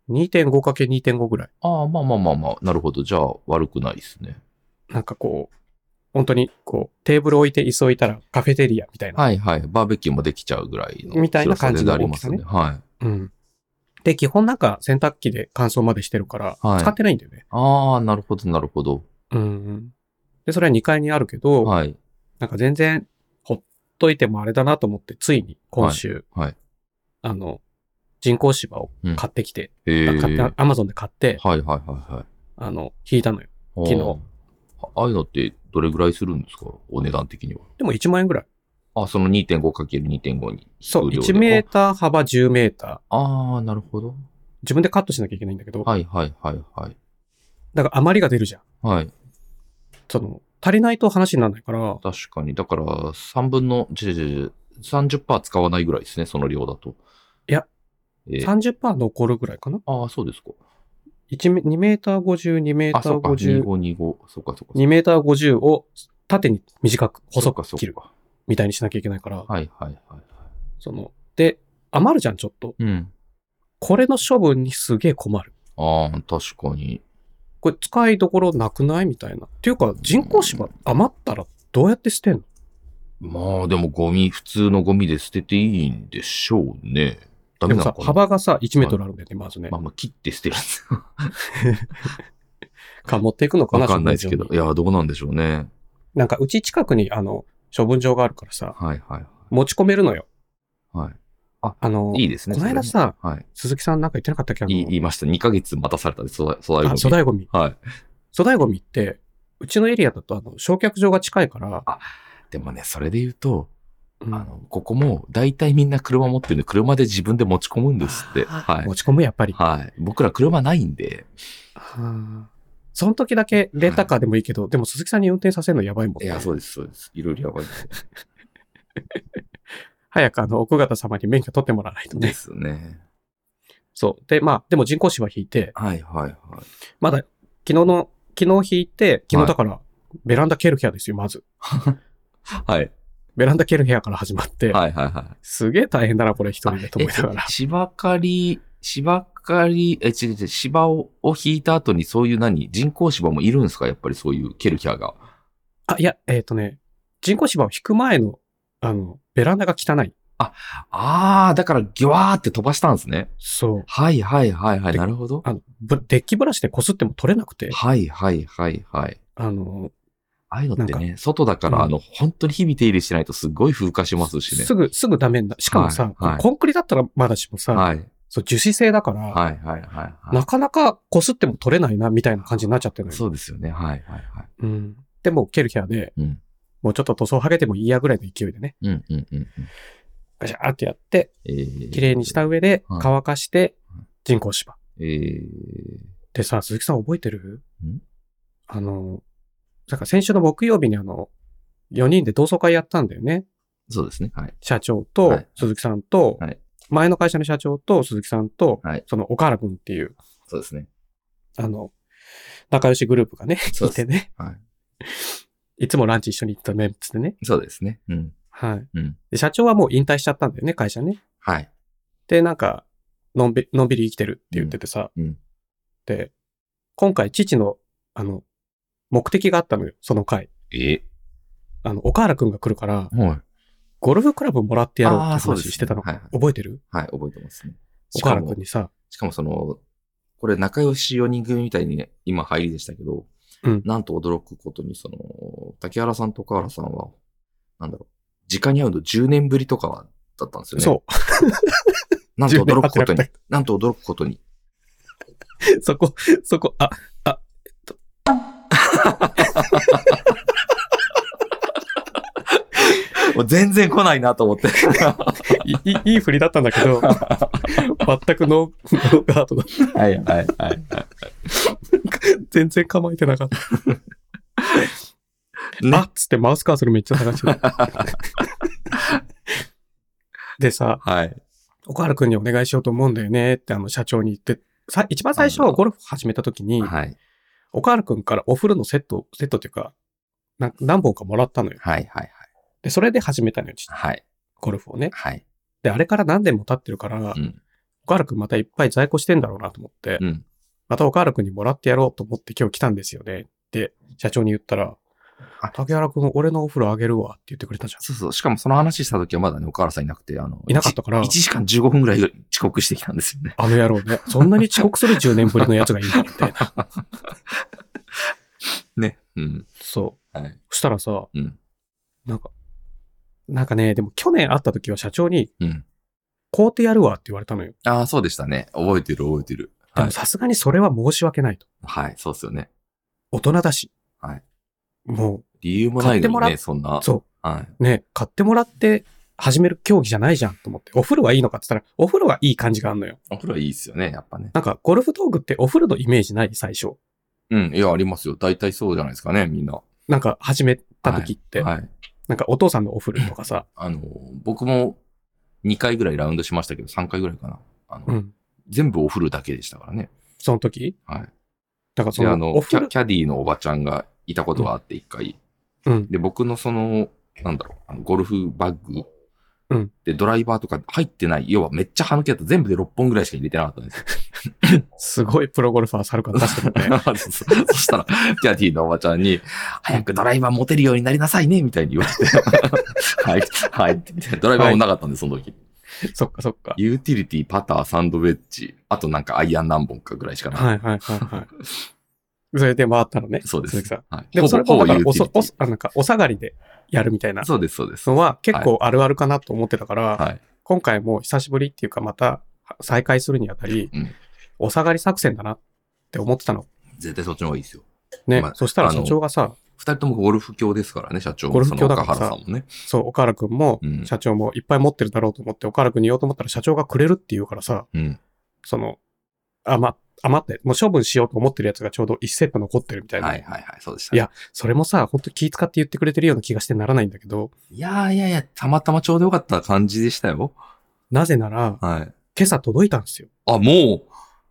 Speaker 1: に、2.5×2.5 ぐらい。
Speaker 2: あー、まあまあまあまあ。なるほど。じゃあ、悪くないですね。
Speaker 1: なんかこう、本当にこう、テーブル置いて椅子置いたらカフェテリアみたいな。
Speaker 2: はいはい。バーベキューもできちゃうぐらいの。
Speaker 1: みたいな感じの
Speaker 2: ありますね。
Speaker 1: 大
Speaker 2: はい。
Speaker 1: うん。で、基本なんか洗濯機で乾燥までしてるから、
Speaker 2: はい
Speaker 1: 使ってないんだよね。
Speaker 2: あー、なるほど、なるほど。
Speaker 1: うん。で、それは2階にあるけど、
Speaker 2: はい。
Speaker 1: なんか全然、ほっといてもあれだなと思って、ついに今週、
Speaker 2: はいはい
Speaker 1: あの、人工芝を買ってきて、
Speaker 2: えー。
Speaker 1: 買って、アマゾンで買って、
Speaker 2: はいはいはいはい。
Speaker 1: あの、引いたのよ。
Speaker 2: 昨
Speaker 1: 日。
Speaker 2: あああいうのってどれぐらいするんですかお値段的には。
Speaker 1: でも1万円ぐらい。
Speaker 2: あ、その 2.5×2.5 に。
Speaker 1: そう、
Speaker 2: 量で
Speaker 1: 1メーター幅10メーター。
Speaker 2: ああ、なるほど。
Speaker 1: 自分でカットしなきゃいけないんだけど、
Speaker 2: はいはいはいはい。
Speaker 1: だから余りが出るじゃん。
Speaker 2: はい。
Speaker 1: その、足りないと話にならないから、
Speaker 2: 確かに。だから、3分の、じゃじゃじゃ30%使わないぐらいですね、その量だと。
Speaker 1: いや。
Speaker 2: えー、
Speaker 1: 30%残るぐらいかな。
Speaker 2: ああ、そうですか。
Speaker 1: 1メ2メーター50、2メー
Speaker 2: あ、
Speaker 1: タ
Speaker 2: そ
Speaker 1: ー
Speaker 2: っか。
Speaker 1: 50、
Speaker 2: 2525。そっかそっか。
Speaker 1: 2メーター50を縦に短く細く
Speaker 2: そっか
Speaker 1: 切る
Speaker 2: そっか
Speaker 1: みたいにしなきゃいけないから、
Speaker 2: はいはいはいはい。
Speaker 1: その、で、余るじゃん、ちょっと。
Speaker 2: うん。
Speaker 1: これの処分にすげえ困る。
Speaker 2: ああ、確かに。
Speaker 1: これ使いどころなくないみたいな。っていうか、人工芝余ったらどうやって捨てんの
Speaker 2: まあでもゴミ、普通のゴミで捨てていいんでしょうね。ダ
Speaker 1: で
Speaker 2: メ
Speaker 1: も
Speaker 2: なの
Speaker 1: さ、
Speaker 2: かな
Speaker 1: 幅がさ、1メートルあるんだよね、まずね
Speaker 2: まあ。まあ切って捨て るんです。
Speaker 1: か、持っていくのかな、
Speaker 2: わかんないですけど
Speaker 1: 処。分
Speaker 2: い
Speaker 1: 場に
Speaker 2: や、どうなんでしょうね。
Speaker 1: なんか、うち近くに、あの、処分場があるからさ、
Speaker 2: はいはい
Speaker 1: 持ち込めるのよ。
Speaker 2: はい。
Speaker 1: あの、
Speaker 2: いいですね。
Speaker 1: この間
Speaker 2: それ
Speaker 1: さ、
Speaker 2: ねはい。
Speaker 1: 鈴木さんなんか言ってなかったっけあの
Speaker 2: い言いました。2ヶ月待たされたで、粗大粗大
Speaker 1: あ、粗
Speaker 2: ゴミ。
Speaker 1: 大ゴミ。
Speaker 2: はい。
Speaker 1: 粗大ゴミって、うちのエリアだと、あの、焼却場が近いから、
Speaker 2: でもね、それで言うと、
Speaker 1: うん
Speaker 2: あの、ここも、大体みんな車持ってるんで、車で自分で持ち込むんですって。はい
Speaker 1: 持。ち込む、やっぱり。
Speaker 2: はい。僕ら車ないんで、
Speaker 1: はあその時だけレンタカーでもいいけど、でも鈴木さんに運転させるのやばいもん
Speaker 2: い
Speaker 1: ね、
Speaker 2: や、そうです、そうです。いろいろやばい
Speaker 1: 早くあの、奥方様に免許取ってもらわないと
Speaker 2: で
Speaker 1: ね。
Speaker 2: すね。
Speaker 1: そう。で、まあ、でも人工芝引いて、
Speaker 2: はいはいはい。
Speaker 1: まだ、昨日の、昨日引いて、昨日だから、ベランダケルヘアですよ、まず。
Speaker 2: はい。
Speaker 1: ベランダケルヘアから始まって、
Speaker 2: はいはいはい。
Speaker 1: すげえ大変だな、これ一人でと思いながら
Speaker 2: え。芝刈り、芝刈り、え、違う違う、芝をを引いた後にそういう何人工芝もいるんですかやっぱりそういうケルヒャーが。
Speaker 1: あ、いや、えっ、とね、人工芝を引く前の、あの、ベランダが汚い。
Speaker 2: あー、だからギュワーって飛ばしたんですね。
Speaker 1: そう。
Speaker 2: はいはいはいはい。
Speaker 1: で
Speaker 2: なるほど。
Speaker 1: あの、ぶデッキブラシで擦っても取れなくて、
Speaker 2: はいはいはいはい。
Speaker 1: あの、
Speaker 2: ああいうのって
Speaker 1: な
Speaker 2: ね、外だから、
Speaker 1: うん
Speaker 2: あの、本当に日々手入れしてないとすごい風化しますしね。
Speaker 1: すぐ、すぐダメになしかもさ、
Speaker 2: はいはい
Speaker 1: コンクリだったらまだしもさ、
Speaker 2: はい。
Speaker 1: そう樹脂製だから、
Speaker 2: はいはいはいはい
Speaker 1: なかなか擦っても取れないな、みたいな感じになっちゃってるのよ。
Speaker 2: そうですよね。はいはいはい。
Speaker 1: うん。でも、ケルヒャーで、
Speaker 2: うん
Speaker 1: もうちょっと塗装剥げてもいいやぐらいの勢いでね、
Speaker 2: うんうんうんうん。
Speaker 1: ガシャーってやって、
Speaker 2: えー
Speaker 1: 綺麗にし。た上で
Speaker 2: はい
Speaker 1: 乾かして
Speaker 2: はい、
Speaker 1: 人工芝。
Speaker 2: えー、
Speaker 1: でさ、鈴木さん覚えてる
Speaker 2: ん
Speaker 1: あの、だから先週の木曜日にあの、4人で同窓会やったんだよね。
Speaker 2: そうですね。はい。
Speaker 1: 社長
Speaker 2: は
Speaker 1: と
Speaker 2: い
Speaker 1: 鈴木さんと、
Speaker 2: はい
Speaker 1: 前の会社の社長と鈴木さんと、
Speaker 2: はい
Speaker 1: その岡原君っていう、
Speaker 2: そうですね。
Speaker 1: あの、仲良しグループがね、
Speaker 2: そう
Speaker 1: い
Speaker 2: です
Speaker 1: てね、
Speaker 2: はい
Speaker 1: つもランチ一緒に行ってたメンツでね。
Speaker 2: い。そうですね。うん。
Speaker 1: はい、
Speaker 2: うん
Speaker 1: で。社長はもう引退しちゃったんだよね、会社ね。
Speaker 2: はい。
Speaker 1: で、なんか、のんびのんびり生きてるって言っててさ、
Speaker 2: うんうん
Speaker 1: で、今回父の、あの、目的があったのよ、その回。
Speaker 2: え
Speaker 1: あの、岡原くんが来るから、
Speaker 2: はい。
Speaker 1: ゴルフクラブもらってやろうって話してたの。
Speaker 2: あーそうですねはい
Speaker 1: 覚えてる
Speaker 2: はい、覚えてますね。し
Speaker 1: 岡
Speaker 2: か
Speaker 1: 原く
Speaker 2: も
Speaker 1: ん、にさ、
Speaker 2: しかもその、これ仲良し4人組みたいにね、今入りでしたけど、
Speaker 1: うん
Speaker 2: なんと驚くことに、その、竹原さんと川原さんは、なんだろう、時間に会うの10年ぶりとかだったんですよね。。
Speaker 1: そう
Speaker 2: なんと驚くこと
Speaker 1: 10年経ってなかっ
Speaker 2: に、なんと驚くことに。
Speaker 1: う、そこ、そこ、あ、あ、えっと。
Speaker 2: もう全然来ないなと思って。
Speaker 1: いい いい振りだったんだけど、全くノー、ノーガードだ。
Speaker 2: はいはいはい。
Speaker 1: 全然構えてなかった。
Speaker 2: ね
Speaker 1: あっつってマウスカーソルめっちゃ探してた。 でさ、
Speaker 2: はい。
Speaker 1: 岡原くんにお願いしようと思うんだよねってあの社長に言って、さ一番最初
Speaker 2: あ
Speaker 1: ゴルフ始めた時に、
Speaker 2: はい。
Speaker 1: 岡原くんからお風呂のセット、セットっていうか、なん何本かもらったのよ。
Speaker 2: はいはい
Speaker 1: で、それで始めたのよ、ち
Speaker 2: はい。
Speaker 1: ゴルフをね。
Speaker 2: はい。
Speaker 1: で、あれから何年も経ってるから、
Speaker 2: うん。
Speaker 1: 岡原くんまたいっぱい在庫してんだろうなと思って、
Speaker 2: うん。
Speaker 1: また岡原くんにもらってやろうと思って今日来たんですよね。で、社長に言ったら
Speaker 2: あ、
Speaker 1: 竹原くん俺のお風呂あげるわって言ってくれたじゃん。
Speaker 2: そうそう。しかもその話した時はまだね、岡原さんいなくて、あの、
Speaker 1: いなかったから
Speaker 2: 1時間15分ぐらい遅刻してきたんですよね。
Speaker 1: あの野郎ね。そんなに遅刻する10年ぶりのやつがいいんだみ たいな。
Speaker 2: ね。うん。
Speaker 1: そ
Speaker 2: はい。
Speaker 1: う。そしたらさ、
Speaker 2: うん。
Speaker 1: なんか、なんかね、でも去年会った時は社長に、
Speaker 2: うん。
Speaker 1: こうてやるわって言われたのよ。
Speaker 2: ああ、そうでしたね。覚えてる覚えてる。
Speaker 1: で
Speaker 2: は
Speaker 1: も
Speaker 2: い。
Speaker 1: さすがにそれは申し訳ないと。
Speaker 2: はい、そうっすよね。
Speaker 1: 大人だし。
Speaker 2: はい。
Speaker 1: も
Speaker 2: 理由もないの
Speaker 1: 買っても
Speaker 2: に
Speaker 1: らっ
Speaker 2: ね、そんな。
Speaker 1: う、そ
Speaker 2: はい。
Speaker 1: う。ね、買ってもらって始める競技じゃないじゃんと思って。お風呂はいいのかって言ったら、お風呂はいい感じがあんのよ。
Speaker 2: お風呂いいっすよね、やっぱね。
Speaker 1: なんか、ゴルフ道具ってお風呂のイメージない最初。
Speaker 2: うん、いや、ありますよ。大体そうじゃないですかね、みんな。
Speaker 1: なんか、始めた時って、
Speaker 2: はい。
Speaker 1: なんか、お父さんのお風呂とかさ、
Speaker 2: あの、僕も2回ぐらいラウンドしましたけど、3回ぐらいかな。あの、
Speaker 1: うん。
Speaker 2: 全部お風呂だけでしたからね。
Speaker 1: その時
Speaker 2: はい。
Speaker 1: だからそ
Speaker 2: で、あ
Speaker 1: の、お
Speaker 2: のキ
Speaker 1: 風
Speaker 2: ャ、
Speaker 1: 呂、
Speaker 2: キャディーのおばちゃんがいたことがあって、一回、
Speaker 1: うん。
Speaker 2: で、僕のその、なんだろう、あのゴルフバッグ。
Speaker 1: うん
Speaker 2: で、ドライバーとか入ってない。要はめっちゃ歯抜けだと全部で6本ぐらいしか入れてなかったんですよ。
Speaker 1: すごいプロゴルファー猿から出してるね。
Speaker 2: そそしたら、キャディーのおばちゃんに、早くドライバー持てるようになりなさいね、みたいに言われて。 はい、はいって言って。ドライバーもなかったんで、その時。
Speaker 1: そっかそっか。
Speaker 2: ユーティリティ、パター、サンドウェッジ、あとなんかアイアン何本かぐらいしかな
Speaker 1: はいはいはいはい。それで回ったのね。
Speaker 2: そうです。
Speaker 1: 鈴木さん。
Speaker 2: はい、
Speaker 1: でもそれ
Speaker 2: ほ
Speaker 1: も
Speaker 2: ぼ
Speaker 1: だから
Speaker 2: ほぼユー
Speaker 1: お
Speaker 2: テ
Speaker 1: そ
Speaker 2: ィリ、テ
Speaker 1: お
Speaker 2: ィ
Speaker 1: そ、あなんかお下がりでやるみたいな
Speaker 2: そうです、そうです。
Speaker 1: のは結構あるあるかなと思ってたから、
Speaker 2: はい。
Speaker 1: 今回も久しぶりっていうかまた再開するにあたり、
Speaker 2: うん
Speaker 1: お下がり作戦だなって思ってたの。
Speaker 2: 絶対そっちの方がいいですよ。
Speaker 1: ね。
Speaker 2: まあ
Speaker 1: そしたら
Speaker 2: あ
Speaker 1: 社
Speaker 2: の
Speaker 1: 長がさ、
Speaker 2: 二人ともゴルフ教ですからね、社長
Speaker 1: ゴ
Speaker 2: も、
Speaker 1: ル
Speaker 2: そ
Speaker 1: フ
Speaker 2: の
Speaker 1: 教だか
Speaker 2: 岡
Speaker 1: らさ
Speaker 2: 原さんもね。
Speaker 1: そう、岡原くんも
Speaker 2: う、ん
Speaker 1: 社長もいっぱい持ってるだろうと思って、岡原くんに言おうと思ったら社長がくれるって言うからさ、
Speaker 2: うん。
Speaker 1: その、余っ、余って、もう処分しようと思ってるやつがちょうど1セット残ってるみた
Speaker 2: はいい
Speaker 1: な。
Speaker 2: はいはい、そうでした。
Speaker 1: いやそれもさ、本当気使って言ってくれてるような気がしてならないんだけど、
Speaker 2: いやーいやいや、たまたまちょうどよかった感じでしたよ。
Speaker 1: なぜなら、
Speaker 2: はい。
Speaker 1: 今朝届いたんですよ。
Speaker 2: あ、もう、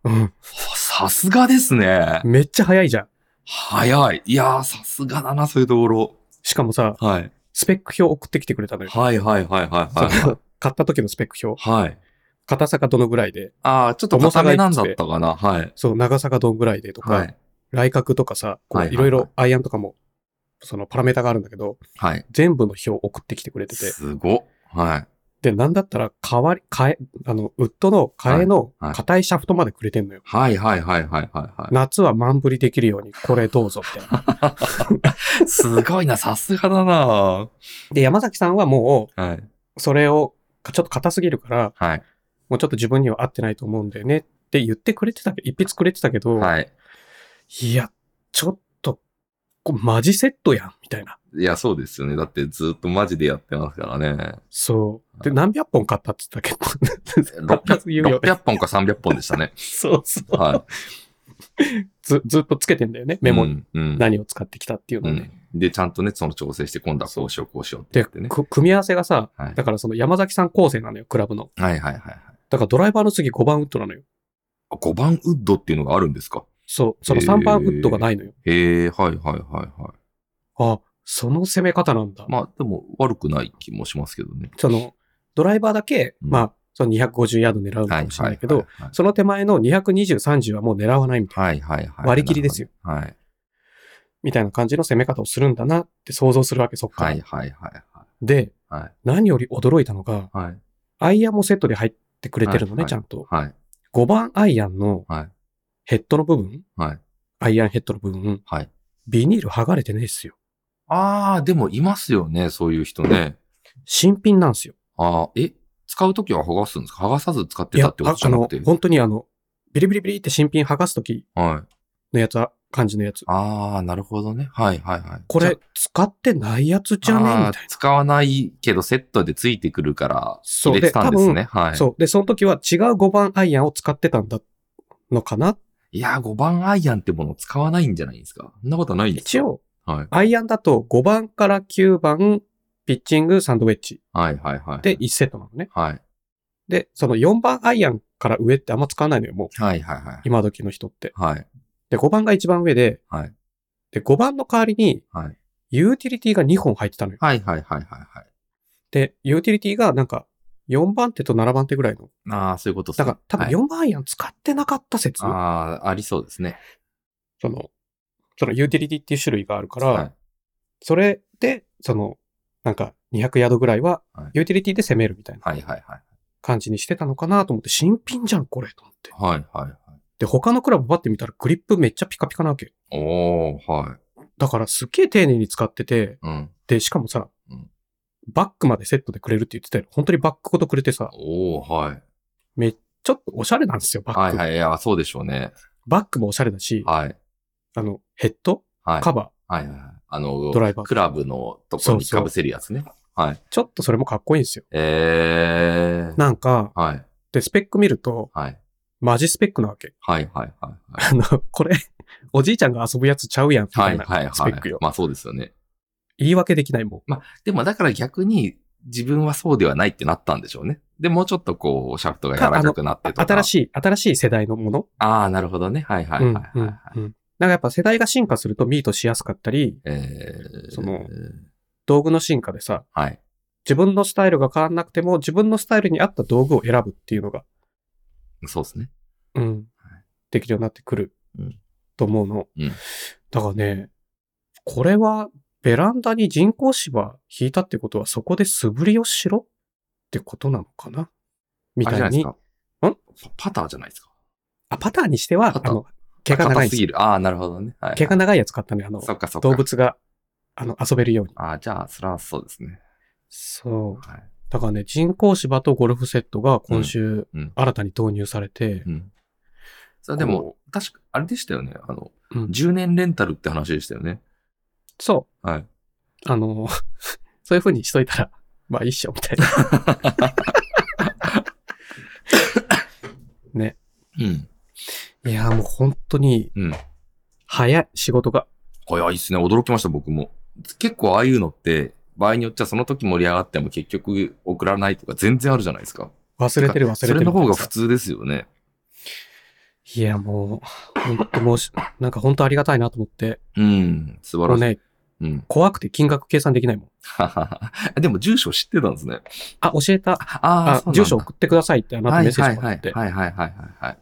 Speaker 1: うん。
Speaker 2: さすがですね。
Speaker 1: めっちゃ早いじゃん。
Speaker 2: 早い。いやー、さすがだな、そういうところ。
Speaker 1: しかもさ、
Speaker 2: はい。
Speaker 1: スペック表送ってきてくれたのよ。
Speaker 2: はいはいはいはいはい。
Speaker 1: その買った時のスペック表。
Speaker 2: はい。
Speaker 1: 硬さがどのぐらいで、
Speaker 2: あー、ちょっと硬めなんだったかな。はい。
Speaker 1: そう、長さがどのぐらいでとか、
Speaker 2: はい。
Speaker 1: 来角とかさ、こ
Speaker 2: は
Speaker 1: う
Speaker 2: いは
Speaker 1: ろ
Speaker 2: いいはい
Speaker 1: いろアイアンとかも、そのパラメータがあるんだけど、
Speaker 2: はい。
Speaker 1: 全部の表を送ってきてくれてて、
Speaker 2: すごっ。はい。
Speaker 1: で、なんだったら、代わり、替え、あの、ウッドの替えの
Speaker 2: はいはい
Speaker 1: 硬いシャフトまでくれてんのよ。
Speaker 2: はいはいはいはいはいは
Speaker 1: 夏は満振りできるように、これどうぞ、みたいな。
Speaker 2: い。すごいな、さすがだな。
Speaker 1: で、山崎さんはも
Speaker 2: はい。
Speaker 1: う、それを、ちょっと硬すぎるから、
Speaker 2: はい。
Speaker 1: もうちょっと自分には合ってないと思うんだよねって言ってくれてたけど、一筆くれてたけど、
Speaker 2: はい。
Speaker 1: い、や、ちょっと、こうマジセットやん、みたいな。
Speaker 2: いや、そうですよね。だってずっとマジでやってますからね。
Speaker 1: そう。で、何百本買ったって言ってたけど、
Speaker 2: 600,
Speaker 1: 言うよね
Speaker 2: 600本か300本でしたね。
Speaker 1: そうそう。
Speaker 2: は
Speaker 1: ず、ずっとつけてんだよね、
Speaker 2: い。
Speaker 1: メモに。
Speaker 2: に。うん。
Speaker 1: 何を使ってきたっていう
Speaker 2: う
Speaker 1: ので。
Speaker 2: んで、ちゃんとね、その調整して、今度はこうしよう、こうしようって
Speaker 1: で、
Speaker 2: 言ってね。
Speaker 1: く組み合わせがさ、
Speaker 2: はい
Speaker 1: だからその山崎さん構成なのよ、クラブの。
Speaker 2: はいはいはいはい。
Speaker 1: だからドライバーの次5番ウッドなのよ。
Speaker 2: 5番ウッドっていうのがあるんですか
Speaker 1: そう、その
Speaker 2: へー
Speaker 1: 3番ウッドがないのよ。
Speaker 2: へえ、はいはいはいは
Speaker 1: あ、その攻め方なんだ。
Speaker 2: い。まあ、でも悪くない気もしますけどね。
Speaker 1: その、ドライバーだけ、
Speaker 2: うん
Speaker 1: まあ、その250ヤード狙うの
Speaker 2: は
Speaker 1: か
Speaker 2: い
Speaker 1: もしれ
Speaker 2: は
Speaker 1: ないいけど、
Speaker 2: はいはい。
Speaker 1: その手前の220、30はもう狙わないみたい
Speaker 2: はいはいはい。
Speaker 1: 割り切りですよ。
Speaker 2: はい。
Speaker 1: みたいな感じの攻め方をするんだなって想像するわけ、そっから。
Speaker 2: はいはいはい
Speaker 1: で、
Speaker 2: はい。
Speaker 1: 何より驚いたのが、
Speaker 2: はい。はい。
Speaker 1: アイアンもセットで入ってくれてるの
Speaker 2: はい
Speaker 1: ね、
Speaker 2: はい
Speaker 1: ちゃんと。
Speaker 2: はい。
Speaker 1: 5番アイアンの
Speaker 2: はい。
Speaker 1: ヘッドの部分、
Speaker 2: はい。
Speaker 1: アイアンヘッドの部分、
Speaker 2: はい。
Speaker 1: ビニール剥がれてないっすよ。
Speaker 2: ああ、でもいますよね、そういう人ね。
Speaker 1: 新品なんですよ。
Speaker 2: ああ、え使うときは剥がすんですか剥がさず使っ
Speaker 1: い
Speaker 2: てた
Speaker 1: や、
Speaker 2: ってことじゃなくて
Speaker 1: ああの。本当にあの、ビリビリビリって新品剥がすとき
Speaker 2: はい。
Speaker 1: のやつは、感じのやつ。
Speaker 2: ああ、なるほどね。はいはいはい。
Speaker 1: こ
Speaker 2: じゃ
Speaker 1: れ、使ってないやつじゃね
Speaker 2: あ
Speaker 1: み
Speaker 2: あ
Speaker 1: たい
Speaker 2: 使わないけどセットでついてくるから、
Speaker 1: そう
Speaker 2: 入れてたんですね。は
Speaker 1: な。
Speaker 2: い。
Speaker 1: そう。で、その時は違う5番アイアンを使ってたんだのかない
Speaker 2: やー、5番アイアンってもの使わないんじゃないですか。そんなことはないんですか
Speaker 1: 一。応、
Speaker 2: はい。
Speaker 1: アイアンだと5番から9番、ピッチング、サンドウェッジ
Speaker 2: はいはいはい。
Speaker 1: で、1セットなのね。
Speaker 2: はい。
Speaker 1: で、その4番アイアンから上ってあんま使わないのよ、もう。
Speaker 2: はいはいはい。
Speaker 1: 今時の人って。
Speaker 2: はい。
Speaker 1: で、5番が一番上で、
Speaker 2: はい
Speaker 1: で、5番の代わりに、
Speaker 2: はい
Speaker 1: ユーティリティが2本入ってたのよ。
Speaker 2: はいはいはいはいはい。
Speaker 1: で、ユーティリティがなんか、4番手と7番手ぐらいの。
Speaker 2: ああ、そういうことです
Speaker 1: だか
Speaker 2: ね。
Speaker 1: ら、多分
Speaker 2: はい
Speaker 1: 4番アイアン使ってなかった説、
Speaker 2: ああ、ありそうですね。
Speaker 1: その、そのユーティリティっていう種類があるから、
Speaker 2: はい。
Speaker 1: それで、その、なんか、200ヤードぐらいは
Speaker 2: はい、
Speaker 1: ユーティリティで攻めるみたいな
Speaker 2: はいはいはい。
Speaker 1: 感じにしてたのかなと思って、新品じゃん、これ、と思って。
Speaker 2: はいはいはい。
Speaker 1: で、他のクラブバってみたら、グリップめっちゃピカピカなわけ。
Speaker 2: おー、はい。
Speaker 1: だから、すっげえ丁寧に使ってて、
Speaker 2: うん。
Speaker 1: で、しかもさ、
Speaker 2: うん
Speaker 1: バックまでセットでくれるって言ってたよ。本当にバックごとくれてさ、
Speaker 2: おー、はい。
Speaker 1: ちょっとおしゃれなんですよ、バッ
Speaker 2: は
Speaker 1: ク。
Speaker 2: いはい。いや、そうでしょうね。
Speaker 1: バックもおしゃれだし、
Speaker 2: はい。
Speaker 1: あの、ヘッド
Speaker 2: はい。
Speaker 1: カバ
Speaker 2: はいはいはい。あの、
Speaker 1: ドライバー
Speaker 2: クラブのとこ
Speaker 1: そう
Speaker 2: に
Speaker 1: そう
Speaker 2: かぶせるやつね。はい
Speaker 1: ー。、ちょっとそれもかっこいいんですよ。
Speaker 2: えー。
Speaker 1: なんか、
Speaker 2: はい。
Speaker 1: で、スペック見ると、
Speaker 2: はい。
Speaker 1: マジスペックなわけ。
Speaker 2: はいはいはいはい。
Speaker 1: あの、これ、 おじいちゃんが遊ぶやつちゃうやん、みた
Speaker 2: はいいはい
Speaker 1: なスペッ
Speaker 2: は
Speaker 1: ク
Speaker 2: い
Speaker 1: よ。。
Speaker 2: まあそうですよね。
Speaker 1: 言い訳できないもん。
Speaker 2: まあ、でもだから逆に自分はそうではないってなったんでしょうね。で、もうちょっとこう、シャフトが柔らかくなってとか。
Speaker 1: 新
Speaker 2: い。
Speaker 1: しい、新しい世代のもの
Speaker 2: ああ、なるほどね。はいはいはいはいはい。
Speaker 1: うんうんうんなんかやっぱ世代が進化するとミートしやすかったり、
Speaker 2: えー、
Speaker 1: その、道具の進化でさ、
Speaker 2: はい。
Speaker 1: 自分のスタイルが変わんなくても、自分のスタイルに合った道具を選ぶっていうのが、
Speaker 2: そうですね。
Speaker 1: うん
Speaker 2: は、
Speaker 1: できるようになってくる
Speaker 2: うん
Speaker 1: と思うの。
Speaker 2: うん
Speaker 1: だからね、これはベランダに人工芝引いたってことは、そこで素振りをしろってことなのかなみ
Speaker 2: あれじ
Speaker 1: た
Speaker 2: ゃないいです
Speaker 1: に。
Speaker 2: か。
Speaker 1: ん
Speaker 2: パパターじゃないですか。
Speaker 1: あ、パターにしては
Speaker 2: パ、ター
Speaker 1: あの、毛が長い
Speaker 2: 硬
Speaker 1: んですすよ
Speaker 2: ぎる。ああ、なるほどね。はい。
Speaker 1: 毛が長いやつ買ったね、あの、
Speaker 2: そっかそっか。
Speaker 1: 動。物が、あの、遊べるように。
Speaker 2: ああ、じゃあ、それはそうですね。
Speaker 1: そう。
Speaker 2: はい。
Speaker 1: だからね、人工芝とゴルフセットが今週
Speaker 2: うんうん、
Speaker 1: 新たに導入されて、
Speaker 2: うん。それでも、確か、あれでしたよね。あの、
Speaker 1: うん
Speaker 2: 10年レンタルって話でしたよね。
Speaker 1: そ
Speaker 2: はい。
Speaker 1: う。あの、 そういう風にしといたら、まあいいっしょ、みたいな。ね。
Speaker 2: うん。
Speaker 1: いや、もう本当に、
Speaker 2: うん。
Speaker 1: 早い、仕事が。
Speaker 2: 早いっすね。驚きました、僕も。結構ああいうのって、場合によっちゃその時盛り上がっても結局送らないとか全然あるじゃないですか。
Speaker 1: 忘れてる忘れてる。
Speaker 2: それの方が普通ですよね。
Speaker 1: いや、もう、本当申し、なんか本当ありがたいなと思って。
Speaker 2: うん。素晴
Speaker 1: も
Speaker 2: ら
Speaker 1: う
Speaker 2: しい。
Speaker 1: ね、
Speaker 2: うん。
Speaker 1: 怖くて金額計算できないもん。
Speaker 2: はははは でも住所知ってたんですね。
Speaker 1: あ、教えた。
Speaker 2: あ
Speaker 1: あ、住所送ってくださいってあ
Speaker 2: て
Speaker 1: なたメッセージもらって。
Speaker 2: はいはいはいはいはいはいはい。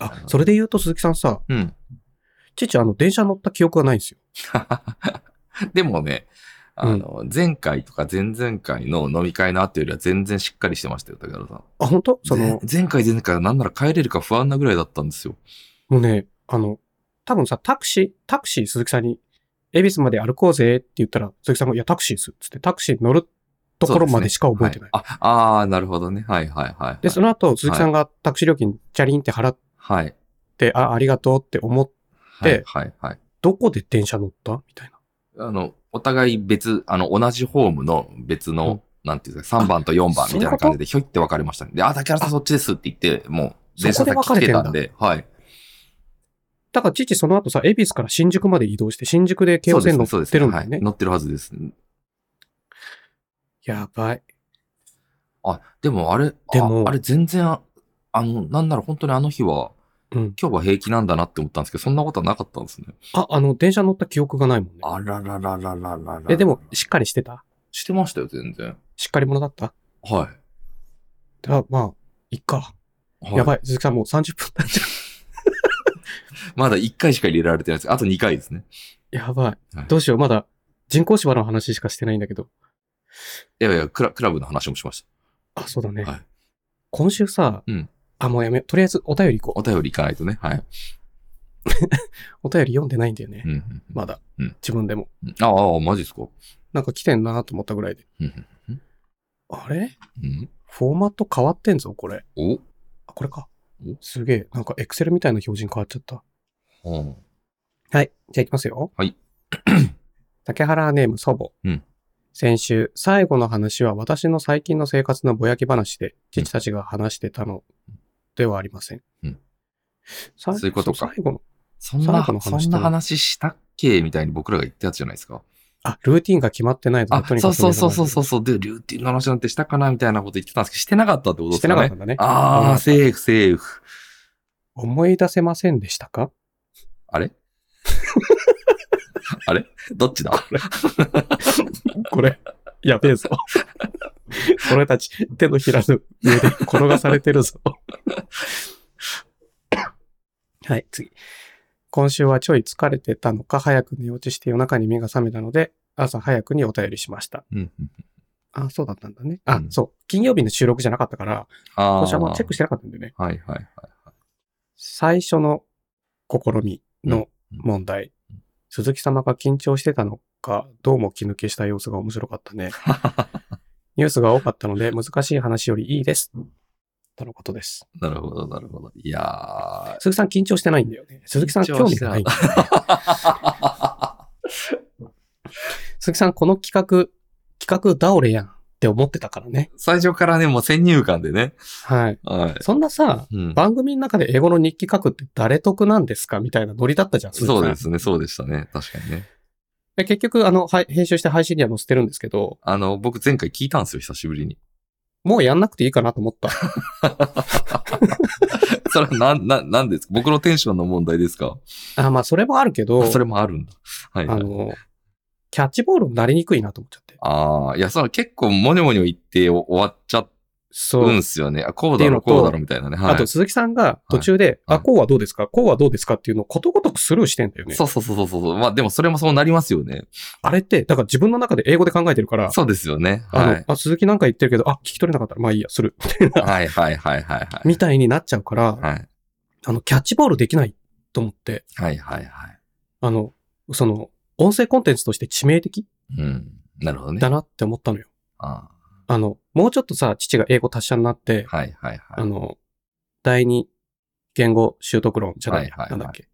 Speaker 1: あ、それで言うと鈴木さんさ、
Speaker 2: うん。
Speaker 1: 父、あの、電車乗った記憶がないんですよ。
Speaker 2: でもね、あの、前回とか前々回の飲み会の後よりは全然しっかりしてましたよ、竹原さん。
Speaker 1: あ、本当そ
Speaker 2: ぜ
Speaker 1: の、
Speaker 2: 前回前々回はなんなら帰れるか不安なぐらいだったんですよ。
Speaker 1: もうね、あの、多分さ、タクシー、タクシー鈴木さんに、恵比寿まで歩こうぜって言ったら、鈴木さんが、いや、タクシーっす。つって、タクシーに乗るところまでしか覚えてない。で,、
Speaker 2: はいあ、あーなるほどね。はいはいはい、はい。
Speaker 1: その後、鈴木さんがタクシー料金、チャリンって払っ
Speaker 2: はい。
Speaker 1: て、あ、ありがとうって思って、
Speaker 2: はいはいはい。
Speaker 1: どこで電車乗ったみたいな。
Speaker 2: あの、お互い別、あの、同じホームの別の、
Speaker 1: うん
Speaker 2: なんていうんですか、3番と4番みたいな感じでひょいって分かれましたね、で、あ、竹原さんそっちですって言って、もう、電車先来てたんで、はい。
Speaker 1: だから、父、その後さ、恵比寿から新宿まで移動して、新宿で京
Speaker 2: そ
Speaker 1: 王線
Speaker 2: うです
Speaker 1: 乗
Speaker 2: ね、
Speaker 1: っ
Speaker 2: そうです
Speaker 1: てるんだよ
Speaker 2: は
Speaker 1: ね
Speaker 2: い。。乗ってるはずです。
Speaker 1: やばい。
Speaker 2: あ、でもあれ、
Speaker 1: でも
Speaker 2: ああれ全然、ああの、なんなら本当にあの日は、
Speaker 1: うん。
Speaker 2: 今日は平気なんだなって思ったんですけど、そんなことはなかったんですね。
Speaker 1: あ、あの、電車乗った記憶がないもんね。
Speaker 2: あららららららら。
Speaker 1: え、でも、、しっかりしてた
Speaker 2: してましたよ、全然。
Speaker 1: しっかり者だった
Speaker 2: は
Speaker 1: あ、まあ、いっか。
Speaker 2: い。は
Speaker 1: やばい。鈴木さんもう30分経っちゃ
Speaker 2: まだ1回しか入れられてないです。あと2回ですね。
Speaker 1: う。やばい
Speaker 2: はい。
Speaker 1: どうしよう。まだ人工芝の話しかしてないんだけど。
Speaker 2: いやいや、クラクラブの話もしまし
Speaker 1: あ、そうだね。
Speaker 2: はい
Speaker 1: 今週さ、
Speaker 2: うん
Speaker 1: あ、もうやめよう。とりあえずお便り行
Speaker 2: た。
Speaker 1: こ
Speaker 2: お便り行かないとね。はい。
Speaker 1: う。お便り読んでないんだよね。
Speaker 2: うんうん
Speaker 1: まだ、
Speaker 2: うん
Speaker 1: 自分でも。
Speaker 2: うんあああ、マジですか。
Speaker 1: なんか来てんなと思ったぐらいで。
Speaker 2: うん
Speaker 1: あれ
Speaker 2: うん
Speaker 1: フォーマット変わってんぞ、これ。
Speaker 2: お
Speaker 1: あ、これか
Speaker 2: お。
Speaker 1: すげえ。なんかエクセルみたいな表示に変わっちゃった。
Speaker 2: うん
Speaker 1: はい。じゃあ行きますよ。
Speaker 2: はい。
Speaker 1: 竹原ネーム祖母。
Speaker 2: うん
Speaker 1: 先週、最後の話は私の最近の生活のぼやき話で、
Speaker 2: うん
Speaker 1: 父たちが話してたのではありません。
Speaker 2: うん
Speaker 1: さ
Speaker 2: そういうことか
Speaker 1: そう最後の。
Speaker 2: そん
Speaker 1: 最
Speaker 2: な、
Speaker 1: 後の
Speaker 2: そ
Speaker 1: 話
Speaker 2: んな話したっけみたいに僕らが言ったやつじゃないですか。
Speaker 1: あ、ルーティンが決まってないの
Speaker 2: あ、
Speaker 1: とに
Speaker 2: そ
Speaker 1: かく
Speaker 2: うそうそうそう
Speaker 1: そ
Speaker 2: そうそう。で、ルーティンの話なんてしたかなみたいなこと言ってたんですけど、してなかったってこと
Speaker 1: し
Speaker 2: です
Speaker 1: て
Speaker 2: か
Speaker 1: な
Speaker 2: ね。
Speaker 1: かったんだね。
Speaker 2: ああ、セーフ、セーフ。
Speaker 1: 思い出せませんでしたか
Speaker 2: あれ あれどっちだ
Speaker 1: これ、やべえぞ。俺たち、手のひらの上で転がされてるぞ。はい、次。今週はちょい疲れてたのか、早く寝落ちして夜中に目が覚めたので、朝早くにお便りしました。
Speaker 2: うんうん
Speaker 1: あ、そうだったんだね。あ、
Speaker 2: うん
Speaker 1: そう。金曜日の収録じゃなかったから、
Speaker 2: ああ。
Speaker 1: 今週はもうチェックしてなかったんでね。
Speaker 2: はいはいはい。
Speaker 1: 最初の試みの問題。鈴木様が緊張してたのか、どうも気抜けした様子が面白かった ね。ニュースが多かったので、難しい話よりいいです。とのことです。
Speaker 2: なるほど、なるほど。いやー。
Speaker 1: 鈴木さん緊張してないんだよね。鈴木さん興味がないんだよね。 鈴木さんこの企画、企画倒れやんって思ってたからね。
Speaker 2: 最初からね、もう先入観でね。
Speaker 1: はい。
Speaker 2: はい。
Speaker 1: そんなさ、
Speaker 2: うん、
Speaker 1: 番組の中で英語の日記書くって誰得なんですかみたいなノリだったじゃん。鈴木さ
Speaker 2: そ
Speaker 1: ん
Speaker 2: うですね、そうでしたね。確かにね。
Speaker 1: で結局、あの、はい編集して配信には載せてるんですけど、
Speaker 2: あの、僕前回聞いたんですよ、久しぶりに。
Speaker 1: もうやんなくていいかなと思った。
Speaker 2: それはなん、な、なんですか僕のテンションの問題ですか
Speaker 1: あまあ、それもあるけど、
Speaker 2: あそれもあるんだ。は
Speaker 1: あ
Speaker 2: い、はい。
Speaker 1: の、キャッチボールになりにくいなと思っちゃって。
Speaker 2: ああ、いや、その結構モニョモニョ言ってお終わっちゃ
Speaker 1: そう。
Speaker 2: うんすよね。あ、こうだろ、
Speaker 1: っていうのと
Speaker 2: こうだろ、みたいなね。はい。
Speaker 1: あと、鈴木さんが途中で、
Speaker 2: はい
Speaker 1: あ、こうはどうですかこうはどうですかっていうのをことごとくスルーしてんだよね。
Speaker 2: そうそうそうそうそう。まあでもそれもそうなりますよね。
Speaker 1: あれって、だから自分の中で英語で考えてるから、
Speaker 2: そうですよね。
Speaker 1: あの、
Speaker 2: はい。
Speaker 1: あ、鈴木なんか言ってるけど、あ、聞き取れなかったら、まあいいや、する。みたいな
Speaker 2: はいはいはいはいはい。
Speaker 1: みたいになっちゃうから、
Speaker 2: はい。
Speaker 1: あの、キャッチボールできないと思って、
Speaker 2: はいはいはい。
Speaker 1: あの、その、音声コンテンツとして致命的
Speaker 2: うん。なるほどね。
Speaker 1: だなって思ったのよ。
Speaker 2: あ
Speaker 1: あの、もうちょっとさ、父が英語達者になって、
Speaker 2: ーはいはいは
Speaker 1: あ
Speaker 2: い。
Speaker 1: の、第二言語習得論じゃない、
Speaker 2: はいはいはい
Speaker 1: なんだっけ。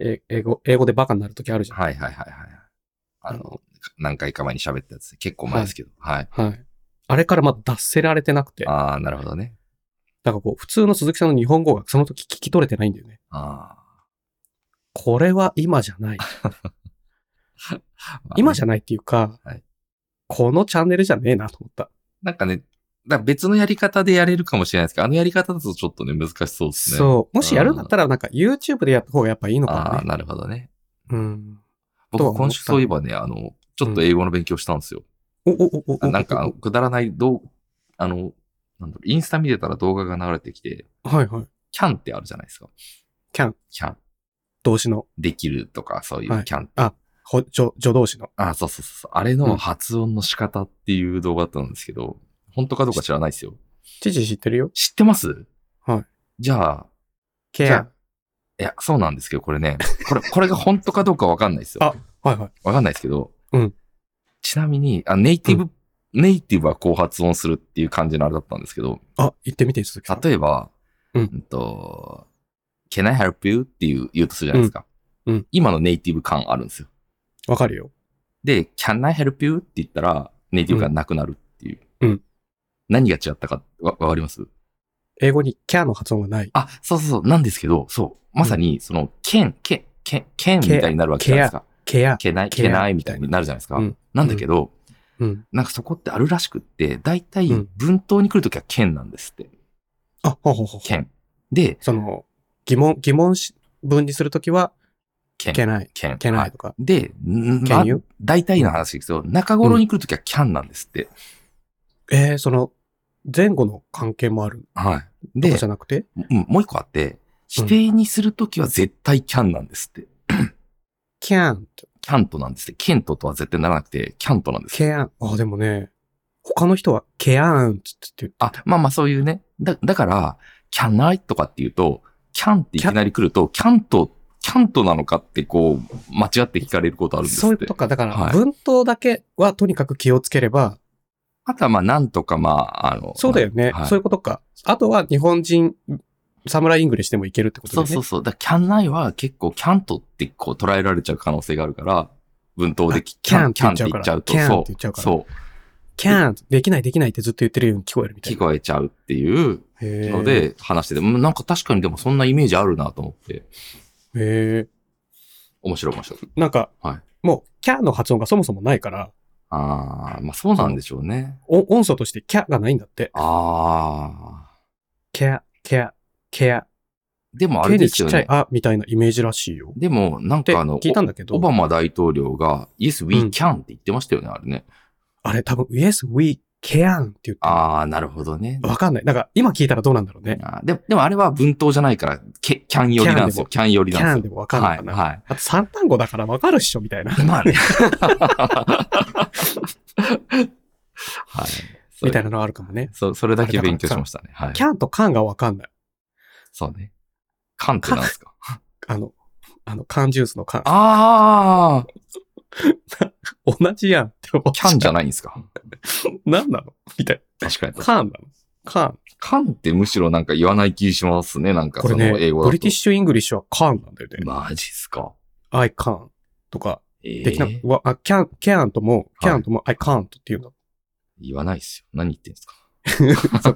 Speaker 1: え英語、英語でバカになるときあるじゃん。
Speaker 2: はいはいはいはい。あ
Speaker 1: あ
Speaker 2: の、
Speaker 1: の、
Speaker 2: 何回か前に喋ったやつ。結構前ですけど。はい。
Speaker 1: はい。あれからまだ脱せられてなくて、だか
Speaker 2: ああ、なるほどね。
Speaker 1: らこう、普通の鈴木さんの日本語がその時聞き取れてないんだよね。
Speaker 2: あ
Speaker 1: これは今じゃない。
Speaker 2: あ。
Speaker 1: 今じゃないっていうか、
Speaker 2: はい
Speaker 1: このチャンネルじゃねえなと思った。
Speaker 2: なんかね、だから別のやり方でやれるかもしれないですけど、あのやり方だとちょっとね、難しそうですね。う。
Speaker 1: そう。もしやるんだったら、なんか YouTube でやった方がやっぱいいの
Speaker 2: あ
Speaker 1: か
Speaker 2: あ、
Speaker 1: もね。
Speaker 2: なるほどね。
Speaker 1: うん。とは思
Speaker 2: 僕、
Speaker 1: った
Speaker 2: 今週そういえばね、あの、ちょっと英語の勉強したんですよ。
Speaker 1: お、お、お、お、お
Speaker 2: なんか、あの、くだらない動、あの、なんだろう、インスタ見てたら動画が流れてきて、
Speaker 1: はいはい。
Speaker 2: キャンってあるじゃないですか。
Speaker 1: can
Speaker 2: キャン。
Speaker 1: 動詞の、
Speaker 2: できるとか、そうい
Speaker 1: は
Speaker 2: う
Speaker 1: い
Speaker 2: キャン。
Speaker 1: ほ助助動詞の。
Speaker 2: あ、そうそうそうそう。あれ
Speaker 1: う
Speaker 2: の
Speaker 1: ん
Speaker 2: 発音の仕方っていう動画だったんですけど、本当かどうか知らないですよ。
Speaker 1: 父知ってるよ。
Speaker 2: 知ってます
Speaker 1: はい。
Speaker 2: じゃあ、
Speaker 1: can
Speaker 2: じゃいや、そうなんですけど、これね、これ、 これが本当かどうかわかんないですよ。
Speaker 1: あはいはい。
Speaker 2: わかんないですけど、
Speaker 1: うん
Speaker 2: ちなみに、あネイティブ、ネイティブはこう発音するっていう感じのあれだったんですけど、
Speaker 1: あ、言ってみて、鈴木さん。
Speaker 2: 例えば、
Speaker 1: うん
Speaker 2: と、can I help you? っていう言うとするじゃないですか。
Speaker 1: うんうん
Speaker 2: 今のネイティブ感あるんですよ。
Speaker 1: わかるよ。
Speaker 2: で、can I help you? って言ったら、ネイティブ感なくなるっていう。
Speaker 1: うん
Speaker 2: 何が違ったかわわかります
Speaker 1: 英語に can の発音がない。
Speaker 2: あ、そうそうそう、なんですけど、そう、まさに、その、can, can, can, can みたいになるわけじゃないですか。
Speaker 1: care。
Speaker 2: けない、
Speaker 1: け
Speaker 2: け
Speaker 1: や
Speaker 2: ないみたいになるじゃないですか。
Speaker 1: うん
Speaker 2: なんだけど、
Speaker 1: うん。
Speaker 2: なんかそこってあるらしくって、だいたい
Speaker 1: うん
Speaker 2: 文頭に来るときは剣なんですって。
Speaker 1: あ、ほうほうほう。
Speaker 2: 剣。で、
Speaker 1: その、疑問、疑問し文にするときは、
Speaker 2: 剣。
Speaker 1: can I、
Speaker 2: 剣。
Speaker 1: can
Speaker 2: は
Speaker 1: I
Speaker 2: い
Speaker 1: とか。
Speaker 2: で、
Speaker 1: can
Speaker 2: ま
Speaker 1: you？
Speaker 2: 大体の話ですけど、中頃に来るときはキャンなんですって。
Speaker 1: えー、その、前後の関係もある
Speaker 2: はい。
Speaker 1: とか
Speaker 2: で
Speaker 1: じゃ、なくて
Speaker 2: うんもう一個あって、指定にするときは絶対キャンなんですって。
Speaker 1: can と
Speaker 2: キャントなんですって。ケントとは絶対ならなくて、キャントなんです。
Speaker 1: can。あ、でもね、他の人は can つって言って、
Speaker 2: あ、まあまあそういうね。だ、だから、キャンナイとかっていうと、キャンっていきなり来ると、キャント、キャントなのかってこう、間違って聞かれることあるんですって。
Speaker 1: そういうことか。だから、
Speaker 2: はい
Speaker 1: 文頭だけはとにかく気をつければ、
Speaker 2: あとはまあ、なんとかまあ、あの。
Speaker 1: そうだよね、
Speaker 2: はい
Speaker 1: そういうことか。あとは日本人、サムライイングリッシュでもいけるってこと
Speaker 2: そ
Speaker 1: だよ
Speaker 2: う
Speaker 1: ね。
Speaker 2: そうそう。だキャンナイは結構、キャントってこう捉えられちゃう可能性があるから、文頭で
Speaker 1: あ
Speaker 2: キャン、
Speaker 1: キャンって
Speaker 2: キャン
Speaker 1: 言っ
Speaker 2: っ
Speaker 1: ち
Speaker 2: て
Speaker 1: ゃ
Speaker 2: 言
Speaker 1: うから
Speaker 2: っ
Speaker 1: キ
Speaker 2: ち
Speaker 1: ャ
Speaker 2: ゃ
Speaker 1: ン
Speaker 2: う
Speaker 1: って
Speaker 2: と、
Speaker 1: 言っちゃうから
Speaker 2: そう、
Speaker 1: can できないできないってずっと言ってるように聞こえるみたい
Speaker 2: 聞
Speaker 1: な。
Speaker 2: こえちゃうっていう
Speaker 1: へー
Speaker 2: の、で話してて、うんなんか確かにでもそんなイメージあるなと思って、
Speaker 1: へ
Speaker 2: 面白い面白い。
Speaker 1: ーなんか、
Speaker 2: はい
Speaker 1: もう、キャの発音がそもそもないから、
Speaker 2: ああ、まあそうなんでしょうね。
Speaker 1: お音素としてキャがないんだって。
Speaker 2: ああ。
Speaker 1: ケア、ケア、ケア。
Speaker 2: でもあ
Speaker 1: ケ
Speaker 2: れ
Speaker 1: に
Speaker 2: で
Speaker 1: ち
Speaker 2: す
Speaker 1: っ
Speaker 2: よ
Speaker 1: ちゃい
Speaker 2: ね。
Speaker 1: あみたいなイメージらしいよ。
Speaker 2: でも、なん
Speaker 1: って
Speaker 2: かあの、
Speaker 1: 聞いたんだけ
Speaker 2: オ
Speaker 1: ど、
Speaker 2: バマ大統領が Yes,
Speaker 1: う
Speaker 2: we
Speaker 1: ん
Speaker 2: can って言ってましたよね、あれね。
Speaker 1: あれ多分、Yes, we can って言って
Speaker 2: ああ、なるほどね。
Speaker 1: わかんない。なんか、今聞いたらどうなんだろうね。
Speaker 2: あーでも、でもあれは文頭じゃないから、けキャン寄りなんですよ。キャン寄り
Speaker 1: キ
Speaker 2: な
Speaker 1: ャ
Speaker 2: ん
Speaker 1: ン
Speaker 2: で
Speaker 1: ですもわ
Speaker 2: よ。
Speaker 1: かんな
Speaker 2: はい
Speaker 1: か
Speaker 2: い、
Speaker 1: な。
Speaker 2: は
Speaker 1: あと3単語だからわかるっしょみたいな。
Speaker 2: い。まあね。 はい。
Speaker 1: みたいな
Speaker 2: な。
Speaker 1: のがあるかもね。
Speaker 2: そそれだけ勉強しましたね。はい
Speaker 1: キ。ャンとカンがわかんない。
Speaker 2: そうね。カンってなんですか
Speaker 1: あの、あの、缶ジュースの缶。
Speaker 2: ああ、
Speaker 1: 同じやんって思っ
Speaker 2: キ
Speaker 1: ちゃう
Speaker 2: ャンじゃないんですか
Speaker 1: 何なのみたい
Speaker 2: 確かに
Speaker 1: な。。カンなのカン。
Speaker 2: カンってむしろなんか言わない気しますね。なんか
Speaker 1: こ
Speaker 2: そ
Speaker 1: れ
Speaker 2: の
Speaker 1: ね、
Speaker 2: 英語だと。
Speaker 1: ブリティッシュ・イングリッシュはカンなんだよね。
Speaker 2: マジっすか。
Speaker 1: I can't とか、
Speaker 2: え
Speaker 1: できな
Speaker 2: え
Speaker 1: わあ、can, can't も、can't も I can't って言うん だ。
Speaker 2: 言わないっすよ。何言ってんすか。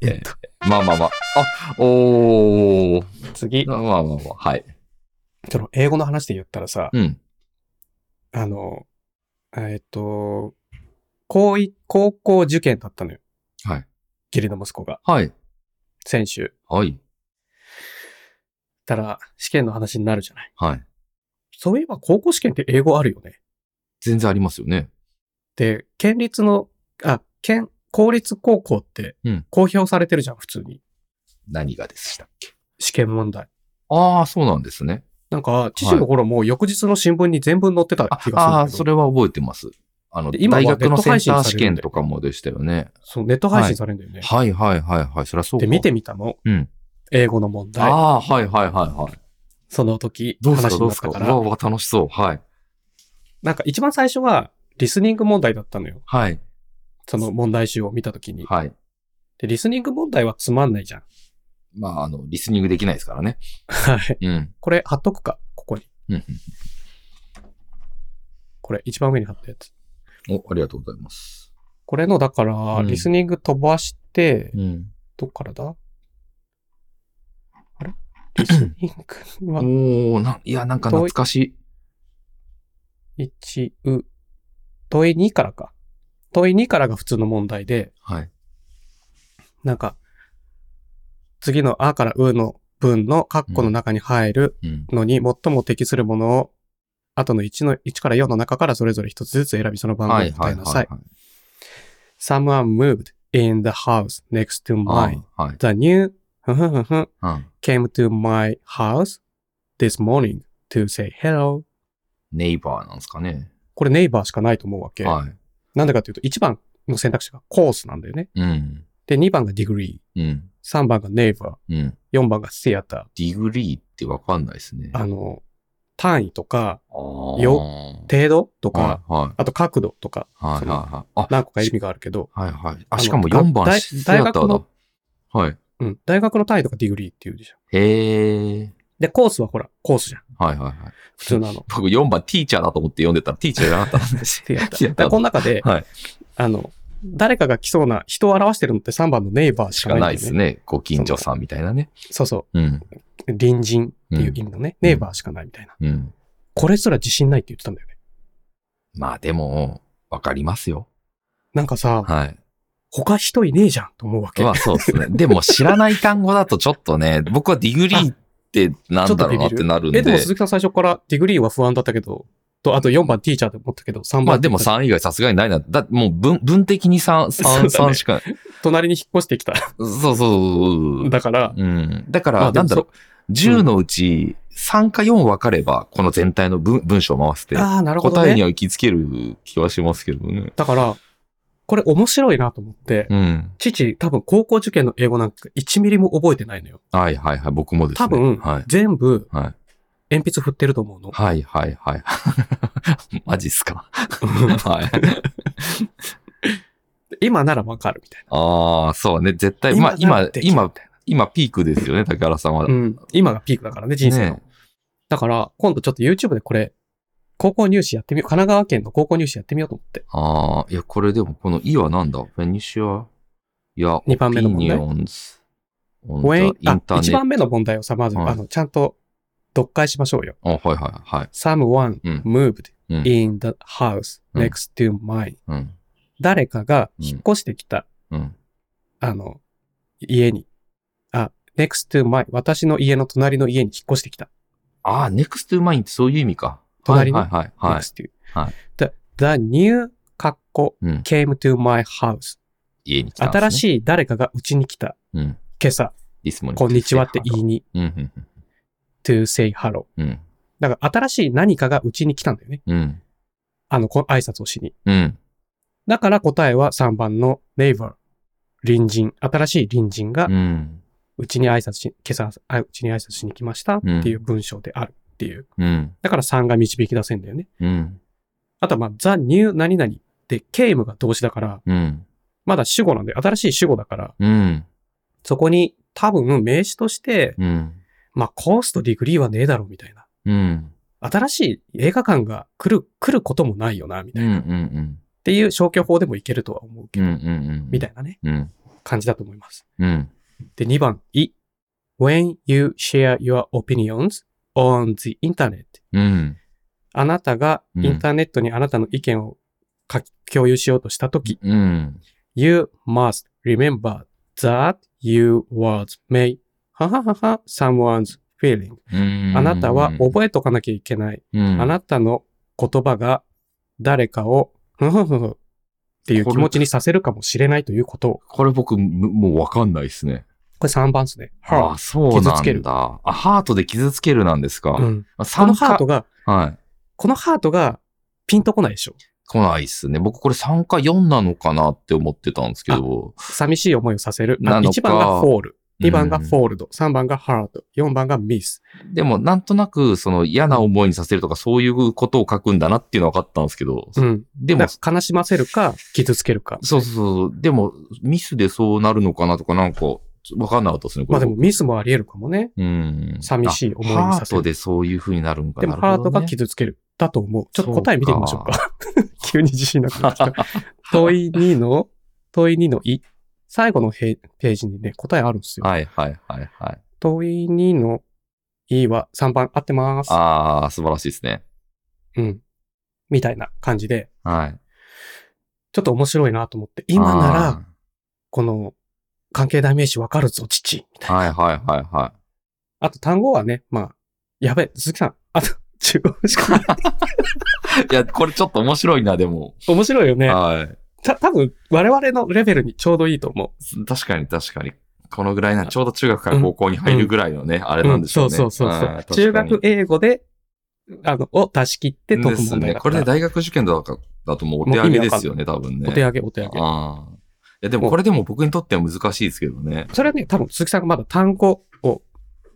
Speaker 1: えっと
Speaker 2: まあまあまあ。あ、おー。
Speaker 1: 次、
Speaker 2: まあまあまあまあ。はい。
Speaker 1: その英語の話で言ったらさ、
Speaker 2: うん。
Speaker 1: あの、えっと、高い、高校受験だったのよ。
Speaker 2: はい。
Speaker 1: 義理の息子が。
Speaker 2: はい。
Speaker 1: 先週。
Speaker 2: はい。
Speaker 1: たら、試験の話になるじゃない。
Speaker 2: はい。
Speaker 1: そういえば高校試験って英語あるよね。
Speaker 2: 全然ありますよね。
Speaker 1: で、県立の、あ、県、公立高校って
Speaker 2: うん、
Speaker 1: 公表されてるじゃん、普通に。
Speaker 2: 何がでしたっけ
Speaker 1: 試験問題。
Speaker 2: ああ、そうなんですね。
Speaker 1: なんか、父の頃もう翌日の新聞に全文載ってた
Speaker 2: あ
Speaker 1: 気
Speaker 2: あ
Speaker 1: が
Speaker 2: ー、
Speaker 1: するんだけ
Speaker 2: そ
Speaker 1: ど。
Speaker 2: れは覚えてます。あの、
Speaker 1: で今は
Speaker 2: 大学の
Speaker 1: ネ
Speaker 2: センタ
Speaker 1: ット配信される
Speaker 2: ー
Speaker 1: んで
Speaker 2: 試験とかもでしたよね。
Speaker 1: そう、ネット配信されるんだよね。
Speaker 2: はいはいはいはい。そりゃそうか。
Speaker 1: で、見てみたの。
Speaker 2: うん。
Speaker 1: 英語の問題。
Speaker 2: ああー、はいはいはいはい。
Speaker 1: その時、
Speaker 2: どうす
Speaker 1: 話
Speaker 2: か
Speaker 1: に
Speaker 2: ど
Speaker 1: な
Speaker 2: う
Speaker 1: っ
Speaker 2: すか
Speaker 1: たか
Speaker 2: うわ
Speaker 1: ら。
Speaker 2: うわ、楽しそう。はい。
Speaker 1: なんか一番最初は、リスニング問題だったのよ。
Speaker 2: はい。
Speaker 1: その問題集を見た時に。
Speaker 2: はい。
Speaker 1: で、リスニング問題はつまんないじゃん。
Speaker 2: まあ、あの、リスニングできないですからね。
Speaker 1: はい。
Speaker 2: うん。
Speaker 1: これ貼っとくか、ここに。
Speaker 2: うんうん
Speaker 1: これ、一番上に貼ったやつ。
Speaker 2: お、ありがとうございます。
Speaker 1: これの、だから、
Speaker 2: うん
Speaker 1: リスニング飛ばして、
Speaker 2: うん。
Speaker 1: どっからだあ れリスニングは、
Speaker 2: おー、な、いや、なんか懐かしい。
Speaker 1: 1、う、問い2からか。問い2からが普通の問題で、
Speaker 2: はい。
Speaker 1: なんか、次のあからうの文の括弧の中に入る
Speaker 2: うん。
Speaker 1: のに最も適するものを、後の1の、1から4の中からそれぞれ一つずつ選びその番号
Speaker 2: は
Speaker 1: を
Speaker 2: いは
Speaker 1: 答え
Speaker 2: い
Speaker 1: な
Speaker 2: は
Speaker 1: さ
Speaker 2: い
Speaker 1: い。。Someone moved in the house next to
Speaker 2: はい
Speaker 1: mine.
Speaker 2: あー。はい。
Speaker 1: The new ふんふんふんふん
Speaker 2: うん。
Speaker 1: came to my house this morning to say hello.
Speaker 2: ネイバーなんですかね。
Speaker 1: これネイバーしかないと思うわけ。
Speaker 2: は
Speaker 1: なんでかというと、1番の選択肢がコースなんだよね。
Speaker 2: い。うん。
Speaker 1: で、2番がディグリ
Speaker 2: うん。
Speaker 1: ー、3番がネイバ
Speaker 2: うん。
Speaker 1: ー、4番がシアタ
Speaker 2: ディグリーってわかんないですね。
Speaker 1: ー。あの、単位とか、
Speaker 2: あ
Speaker 1: よ
Speaker 2: て
Speaker 1: 程度とか
Speaker 2: は、いはい。
Speaker 1: あと角度とか、
Speaker 2: はいはいはい。あ、
Speaker 1: 何個か意味があるけど、
Speaker 2: はいはい。
Speaker 1: あ
Speaker 2: あ、
Speaker 1: の
Speaker 2: しかも4
Speaker 1: が
Speaker 2: 番
Speaker 1: 大
Speaker 2: シアタ
Speaker 1: 大学
Speaker 2: ーだ
Speaker 1: の。
Speaker 2: はい。
Speaker 1: うん、大学の単位とかディグリーっていうでしょ。
Speaker 2: へえ。
Speaker 1: で、コースはほら、コースじゃん。
Speaker 2: はいはいはい。
Speaker 1: 普通な の。
Speaker 2: 僕4番ティーチャーだと思って読んでたらティーチャーじゃなかったんです。
Speaker 1: シアター
Speaker 2: シア
Speaker 1: だか
Speaker 2: ター
Speaker 1: らこの中 で、
Speaker 2: はい
Speaker 1: あの、誰かが来そうな人を表してるのって3番のネイバーし
Speaker 2: し
Speaker 1: か
Speaker 2: かな
Speaker 1: ない
Speaker 2: い
Speaker 1: ん
Speaker 2: で
Speaker 1: だよ
Speaker 2: す
Speaker 1: ね。
Speaker 2: ね。ご近所さんみたいなね。
Speaker 1: そうそ
Speaker 2: うん。
Speaker 1: う。隣人っていう意味のね、
Speaker 2: うん
Speaker 1: ネイバーしかないみたいな。
Speaker 2: うん。
Speaker 1: これすら自信ないって言ってたんだよね。
Speaker 2: まあでも、わかりますよ。
Speaker 1: なんかさ、
Speaker 2: はい。
Speaker 1: 他人いねえじゃんと思うわけ。
Speaker 2: まあそうですね。でも知らない単語だとちょっとね、僕はディグリーってなんだろうなってなるん
Speaker 1: え、
Speaker 2: で。
Speaker 1: でも鈴木さん最初からディグリーは不安だったけど、と、あと4番ティーチャーって思ったけど、3番。
Speaker 2: まあでも。3以外さすがにないな。だってもう文文的に3、
Speaker 1: そう
Speaker 2: 三
Speaker 1: だね
Speaker 2: 三しか。
Speaker 1: 隣に引っ越してきた。
Speaker 2: そうそうそう。
Speaker 1: だから、
Speaker 2: うん。だか
Speaker 1: まあ
Speaker 2: ら、
Speaker 1: で
Speaker 2: な
Speaker 1: も
Speaker 2: んだろう、10のうち3か4分かれば、この全体の文文章を回して、
Speaker 1: ああ、なるほど
Speaker 2: 答えに
Speaker 1: ね。
Speaker 2: は行きつける気はしますけどね。
Speaker 1: だから、これ面白いなと思って、
Speaker 2: うん。
Speaker 1: 父、多分高校受験の英語なんか1ミリも覚えてないのよ。
Speaker 2: はいはいはい、僕もですね。
Speaker 1: 多分、
Speaker 2: はい。
Speaker 1: 全部
Speaker 2: はい。
Speaker 1: 鉛筆振ってると思うの。
Speaker 2: はいはい はい。マジっすか。はい。
Speaker 1: 今ならわかるみたい
Speaker 2: ああ、そうね。絶対、
Speaker 1: な
Speaker 2: まあ。今
Speaker 1: な、できるみ
Speaker 2: 今、
Speaker 1: たいな
Speaker 2: 今ピークですよね、竹原さんは。
Speaker 1: うん。今がピークだからね、人生の。
Speaker 2: ね
Speaker 1: だから、今度ちょっと YouTube でこれ、高校入試やってみよう。神奈川県の高校入試やってみようと思って。
Speaker 2: ああ、いや、これでも、この E はなんだフェニシア、いや、
Speaker 1: 二番目の問題
Speaker 2: opinions on
Speaker 1: 応援
Speaker 2: the
Speaker 1: あ、
Speaker 2: internet
Speaker 1: 一番目の問題をさ、まず、
Speaker 2: はい
Speaker 1: あの、ちゃんと読解しましょうよ。
Speaker 2: あ、はいはいはい。
Speaker 1: someone
Speaker 2: うん
Speaker 1: moved
Speaker 2: うん
Speaker 1: in the house
Speaker 2: うん
Speaker 1: next to mine.、
Speaker 2: うん。
Speaker 1: 誰かが引っ越してきた、
Speaker 2: うん。
Speaker 1: あの、家に。あ、next to mine. 私の家の隣の家に引っ越してきた。
Speaker 2: ああ、next to mine ってそういう意味か。
Speaker 1: 隣ね
Speaker 2: はいはいはいはい。
Speaker 1: next to.
Speaker 2: はい
Speaker 1: the, the new カッコ
Speaker 2: うん。
Speaker 1: came to my house.
Speaker 2: 家に来たんです、ね。
Speaker 1: 新
Speaker 2: い。
Speaker 1: しい誰かがうちに来た。
Speaker 2: うん。
Speaker 1: 今朝、
Speaker 2: This morning.
Speaker 1: こんにちはって言い
Speaker 2: い。
Speaker 1: に、
Speaker 2: うんうん
Speaker 1: to say hello.
Speaker 2: うん。うん。
Speaker 1: だから新しい何かがうちに来たんだよね。
Speaker 2: うん。
Speaker 1: あの、こ挨拶をしに。
Speaker 2: うん。
Speaker 1: だから答えは3番の neighbor。隣人。新しい隣人が
Speaker 2: うん。
Speaker 1: うちに挨拶し、今朝、あうちに挨拶しに来ましたっていう文章であるっていう。
Speaker 2: うん。
Speaker 1: だから3が導き出せんだよね。
Speaker 2: うん。
Speaker 1: あとはまあ、the new 何々で came が動詞だから、
Speaker 2: うん。
Speaker 1: まだ主語なんで、新しい主語だから、
Speaker 2: うん。
Speaker 1: そこに多分名詞として、
Speaker 2: うん。
Speaker 1: まあ、コースとディグリーはねえだろうみたいな。
Speaker 2: うん。
Speaker 1: 新しい映画館が来る、来ることもないよな、み
Speaker 2: う
Speaker 1: たい
Speaker 2: ん。
Speaker 1: な。
Speaker 2: うん。うん。
Speaker 1: っていう消去法でもいけるとは思うけ
Speaker 2: うん。う
Speaker 1: ど、
Speaker 2: ん。
Speaker 1: みた
Speaker 2: い
Speaker 1: いなね、
Speaker 2: な。うん。
Speaker 1: 感じだと思います。
Speaker 2: うん。
Speaker 1: で、2番、い。When you share your opinions on the internet.
Speaker 2: うん。
Speaker 1: あなたが
Speaker 2: うん
Speaker 1: インターネットにあなたの意見を書き共有しようとしたとき、
Speaker 2: うん。
Speaker 1: You must remember that you was made はははは someone's feeling. あなたは覚えとかなきゃいけない。
Speaker 2: うん、
Speaker 1: あなたの言葉が誰かをふふふふっていう気持ちにさせるかもしれないということを。
Speaker 2: これ僕、むもうわかんないですね。
Speaker 1: これ3番ですね。
Speaker 2: あ
Speaker 1: ハ
Speaker 2: あ、そう
Speaker 1: 傷
Speaker 2: な
Speaker 1: つけ
Speaker 2: ん
Speaker 1: る
Speaker 2: だ。あ、ハートで傷つけるなんですか。
Speaker 1: ート。うん。こ
Speaker 2: あ酸
Speaker 1: の
Speaker 2: 化
Speaker 1: ハートが、
Speaker 2: はい。
Speaker 1: このハートがピンとこないでしょ。
Speaker 2: 来ないっすね。僕これ3か4なのかなって思ってたんですけど。
Speaker 1: 寂しい思いをさせる。あ
Speaker 2: なのか
Speaker 1: 1番がフォール。2番がフ
Speaker 2: うん
Speaker 1: ォールド。3番がハート。4番がミス。
Speaker 2: でも、なんとなく、その嫌な思いにさせるとか、そういうことを書くんだなっていうのは分かったんですけど。
Speaker 1: うん。
Speaker 2: でも
Speaker 1: だ、から悲しませるか、傷つけるか。
Speaker 2: そうそうそう。でも、ミスでそうなるのかなとか、なんか、分かんなかったですね、こ
Speaker 1: まあ
Speaker 2: れ。
Speaker 1: でもミスもあり得るかもね。
Speaker 2: うん。
Speaker 1: 寂しい思いに
Speaker 2: あハ
Speaker 1: さ
Speaker 2: ー
Speaker 1: せる
Speaker 2: トでそういう風になるんか
Speaker 1: で
Speaker 2: な
Speaker 1: も
Speaker 2: るほ
Speaker 1: ハ
Speaker 2: どね
Speaker 1: ートが傷つける。だと思う。ちょっと答え見てみましょうか。 急に自信なくなってきた。問い2の、問い2のい。最後のへページにね、答えあるんですよ。
Speaker 2: はいはいはいはい。
Speaker 1: 問い2のいは3番合ってます。
Speaker 2: ああ、素晴らしいですね。
Speaker 1: うん。みたいな感じで、
Speaker 2: はい。
Speaker 1: ちょっと面白いなと思って、今なら、
Speaker 2: あ
Speaker 1: この、関係代名詞わかるぞ、父。みたい
Speaker 2: ー。
Speaker 1: な。
Speaker 2: はいはいはいは
Speaker 1: あと単語はね、まあ、やべえ、鈴木さん、あと15分 しかない。
Speaker 2: い。いや、これちょっと面白いな、でも。
Speaker 1: 面白い よね。
Speaker 2: はい。
Speaker 1: た、多分我々のレベルにちょうどいいと思う。
Speaker 2: 確かに確かに。このぐらいな、ちょうど中学から高校に入るぐらいのね、あれなんでしょうね。
Speaker 1: んそうそうそう
Speaker 2: あ
Speaker 1: そ
Speaker 2: ー
Speaker 1: う。中学
Speaker 2: 確か
Speaker 1: 英語で、あの、を出し切って
Speaker 2: に
Speaker 1: 解
Speaker 2: で
Speaker 1: く
Speaker 2: す
Speaker 1: 問題
Speaker 2: ね。
Speaker 1: だ
Speaker 2: こ
Speaker 1: から。
Speaker 2: れで大学受験だかだともうお手上げですよね、多分ね。
Speaker 1: お手上げ、お手上げ。
Speaker 2: ああ。いや、でもこれでも僕にとっては難しいですけどね。
Speaker 1: それはね、多分鈴木さんがまだ単語を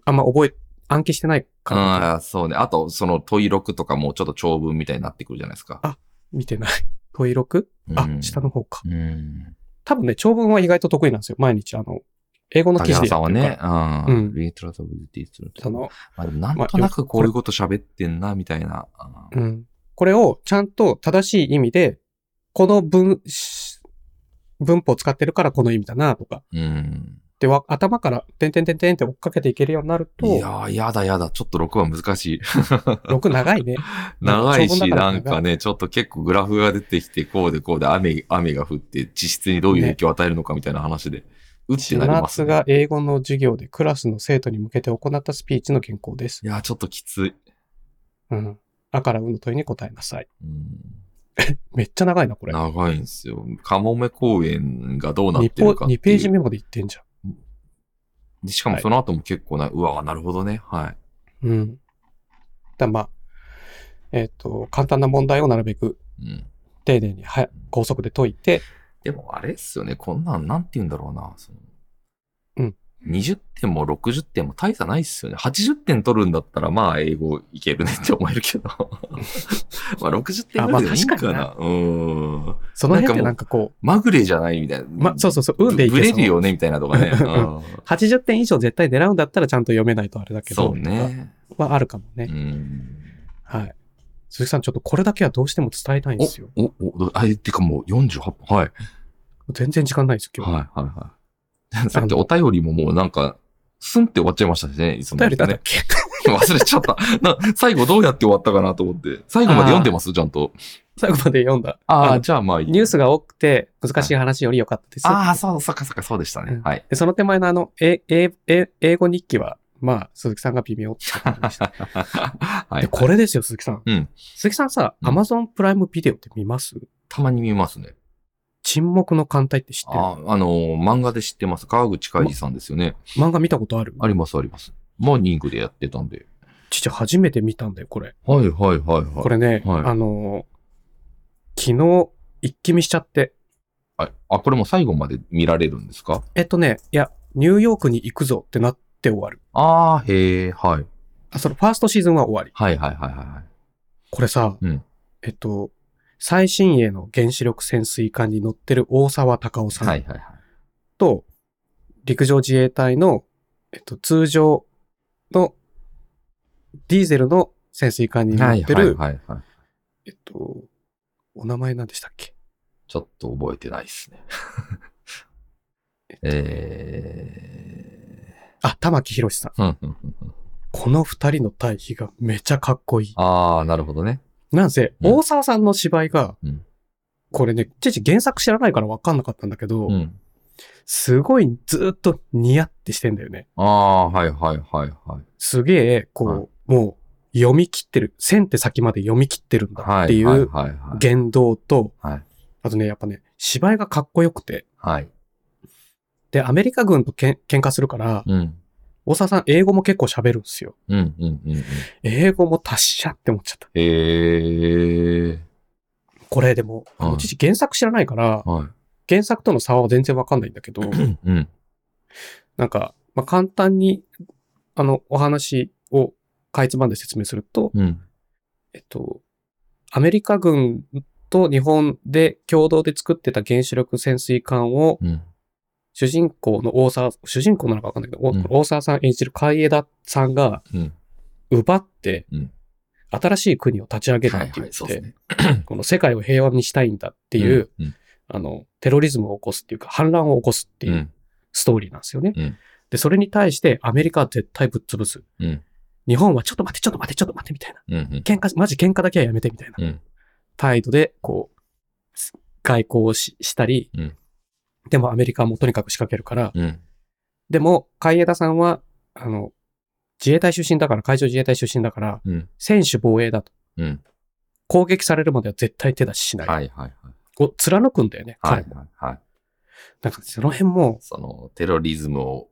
Speaker 1: あんま覚え、暗記してないから、
Speaker 2: ああ、そうね。あと、その問い録とかもちょっと長文みたいになってくるじゃないですか。
Speaker 1: 見てない。問い録あ、
Speaker 2: うん
Speaker 1: 下の。方か。
Speaker 2: うん。
Speaker 1: 多分ね、長文は意外と得意なんですよ。毎日、あの、英語の記
Speaker 2: 竹
Speaker 1: 事
Speaker 2: 原
Speaker 1: で
Speaker 2: さ
Speaker 1: やっ
Speaker 2: んは
Speaker 1: てるから。
Speaker 2: ね、あ
Speaker 1: う
Speaker 2: うんん。リートラタビリティする。
Speaker 1: その、
Speaker 2: まあでもなんとなくこういうこと喋ってんな、みたいな。あー
Speaker 1: うん。これをちゃんと正しい意味で、この文、し文法を使ってるからこの意味だな、とか。
Speaker 2: うん。
Speaker 1: で、わ頭から、てんてんてんてんって追っかけていけるようになると、
Speaker 2: いやー、やだやだ。ちょっと6番難しい。
Speaker 1: 6長 いね。
Speaker 2: 長いし、
Speaker 1: 長文だから
Speaker 2: なんかね、ちょっと結構グラフが出てきて、こうでこうで雨、雨が降って、地質にどういう影響を与えるのかみたいな話で、うって
Speaker 1: 千
Speaker 2: なります、
Speaker 1: 夏
Speaker 2: ね
Speaker 1: が。英語の授業でクラスの生徒に向けて行ったスピーチの原稿です
Speaker 2: い。やー、ちょっときつい。
Speaker 1: うん。あからうの問いに答えなさい。
Speaker 2: うん、
Speaker 1: めっちゃ長いな、これ。
Speaker 2: 長いんですよ。カモメ公園がどうなっ
Speaker 1: 2
Speaker 2: てるかっていう。
Speaker 1: ページ目まで行ってんじゃ
Speaker 2: でしかもその後も結構な、うわーなるほどね。はい。
Speaker 1: ん。うん。だまあ、えっ、と、簡単な問題をなるべく
Speaker 2: うん。
Speaker 1: 丁寧には高速で解いて、
Speaker 2: でもあれっすよね。こんなん、なんて言うんだろうな。その
Speaker 1: うん。
Speaker 2: 20点も60点も大差ないっすよね。80点取るんだったら、まあ、英語いけるねって思えるけ ど。まあ、60点ぐらいでもいいかな。
Speaker 1: あまあ
Speaker 2: うーん。
Speaker 1: その辺ってな
Speaker 2: なんん
Speaker 1: かこ
Speaker 2: まぐれじゃないみたいな。
Speaker 1: う、ま、そうそうそう、運
Speaker 2: ぶ
Speaker 1: でいけ
Speaker 2: ぶれる
Speaker 1: そう
Speaker 2: よねみたいなとか ね。うん
Speaker 1: 80点以上絶対狙うんだったらちゃんと読めないとあれだけど。
Speaker 2: そう。ね。
Speaker 1: はあるかもね。
Speaker 2: うん。
Speaker 1: はい。鈴木さん、ちょっとこれだけはどうしても伝えたいんですよ。
Speaker 2: お、お、お、あ、え、てかもう48分。はい。
Speaker 1: 全然時間ないですよ、今
Speaker 2: はい、
Speaker 1: 日。
Speaker 2: はい、はい。 さっきお便りももうなんか、スンって終わっちゃいましたしね、いつ
Speaker 1: お
Speaker 2: も、
Speaker 1: 便りだったっ
Speaker 2: ね。
Speaker 1: け
Speaker 2: 忘れちゃった。 な、最後どうやって終わったかなと思って。最後まで読んでますちゃんと。
Speaker 1: 最後まで読んだ。
Speaker 2: あ
Speaker 1: の
Speaker 2: あ、じゃあまあいい。
Speaker 1: ニュースが多くて難しい話より良かったですよ。
Speaker 2: ああ、そう、そっかそっか、そうでした
Speaker 1: う
Speaker 2: ね
Speaker 1: ん。
Speaker 2: はい。
Speaker 1: でその手前のあの、え、え、え、英語日記は、まあ、鈴木さんが微妙って感じでした。
Speaker 2: は
Speaker 1: で、
Speaker 2: い。
Speaker 1: これですよ、鈴木さん。
Speaker 2: うん
Speaker 1: 鈴木さんさ、
Speaker 2: うん
Speaker 1: Amazon プライムビデオって見ます
Speaker 2: たまに見ますね。
Speaker 1: 沈黙の艦隊って知ってる
Speaker 2: ああ、あのー、漫画で知ってます。川口海二さんですよね。
Speaker 1: 漫画見たことある
Speaker 2: あります、あります。モーニングでやってたんで。
Speaker 1: 父初めて見たんだよ、これ。
Speaker 2: はい、はい、はい、はい。
Speaker 1: これね、
Speaker 2: はい
Speaker 1: あのー昨日、一気見しちゃって。
Speaker 2: はい。あ、これも最後まで見られるんですか
Speaker 1: えっとね、いや、ニューヨークに行くぞってなって終わる。
Speaker 2: ああ、へえ、はい。
Speaker 1: あ、そのファーストシーズンは終わり。
Speaker 2: はい、はい、はい、は
Speaker 1: これさ、
Speaker 2: うん
Speaker 1: えっと、最新鋭の原子力潜水艦に乗ってる大沢隆夫
Speaker 2: い。は
Speaker 1: さ
Speaker 2: い、
Speaker 1: ん
Speaker 2: はい、はい。
Speaker 1: と、陸上自衛隊の、えっと、通常のディーゼルの潜水艦に乗ってる、
Speaker 2: はい、はい、はい。
Speaker 1: えっと、お名前なんでしたっけ
Speaker 2: ちょっと覚えてないですね。 え
Speaker 1: あ、玉木宏さん。
Speaker 2: ー、ふんふんふんふん
Speaker 1: この二人の対比がめちゃかっこいい。
Speaker 2: ああ、なるほどね。
Speaker 1: なんせ、
Speaker 2: うん
Speaker 1: 大沢さんの芝居が
Speaker 2: うん、
Speaker 1: これね、父原作知らないから分かんなかったんだけど、
Speaker 2: うん。
Speaker 1: すごいずーっとニヤってしてんだよね。
Speaker 2: ああ、はいはいはいはい。
Speaker 1: すげえ、こう、
Speaker 2: はい
Speaker 1: もう読み切ってる、線って先まで読み切ってるんだ
Speaker 2: は
Speaker 1: ってい
Speaker 2: はいうはいはい。
Speaker 1: 言動と、
Speaker 2: はい
Speaker 1: あとね、やっぱね、芝居がかっこよくて、
Speaker 2: はい。
Speaker 1: で、アメリカ軍とけん喧嘩するから、
Speaker 2: うん。
Speaker 1: 大沢さん英語も結構喋るんですよ。
Speaker 2: うんうんうんうん。
Speaker 1: 英語も達者って思っちゃった。
Speaker 2: ええ
Speaker 1: これでも、
Speaker 2: うん
Speaker 1: 父原作知らないから、
Speaker 2: はい。
Speaker 1: 原作との差は全然わかんないんだけど、
Speaker 2: うん。
Speaker 1: なんか、まあ、簡単に、あの、お話をかいつまんで説明すると、
Speaker 2: うん。
Speaker 1: えっと、アメリカ軍と日本で共同で作ってた原子力潜水艦を
Speaker 2: うん。
Speaker 1: 主人公の大沢、主人公なのかわかんないけど、お
Speaker 2: うん
Speaker 1: 大沢さん演じる海江田さんが
Speaker 2: うん。
Speaker 1: 奪って
Speaker 2: うん、
Speaker 1: 新しい国を立ち上げるって言って、
Speaker 2: ね。
Speaker 1: この世界を平和にしたいんだっていう、
Speaker 2: うん。
Speaker 1: あの、テロリズムを起こすっていうか、反乱を起こすって
Speaker 2: う。
Speaker 1: いうんストーリーなんですよね。
Speaker 2: うん
Speaker 1: で、それに対してアメリカは絶対ぶっ潰す。
Speaker 2: うん。
Speaker 1: 日本はちょっと待って、ちょっと待って、ちょっと待って、みたいな。
Speaker 2: うん。
Speaker 1: 喧嘩、マジ喧嘩だけはやめて、みたいな。
Speaker 2: うん。
Speaker 1: 態度で、こう、す外交をししたり、
Speaker 2: うん
Speaker 1: でもアメリカはもうとにかく仕掛けるから、
Speaker 2: うん。
Speaker 1: でも、海江田さんは、あの、自衛隊出身だから、海上自衛隊出身だから、
Speaker 2: うん。
Speaker 1: 専守防衛だと。
Speaker 2: うん。
Speaker 1: 攻撃されるまでは絶対手出ししない。
Speaker 2: はいはいはい。
Speaker 1: を貫くんだよね、
Speaker 2: は
Speaker 1: 彼
Speaker 2: い
Speaker 1: も。
Speaker 2: はいはい。
Speaker 1: なんかその辺も、
Speaker 2: その、テロリズムを。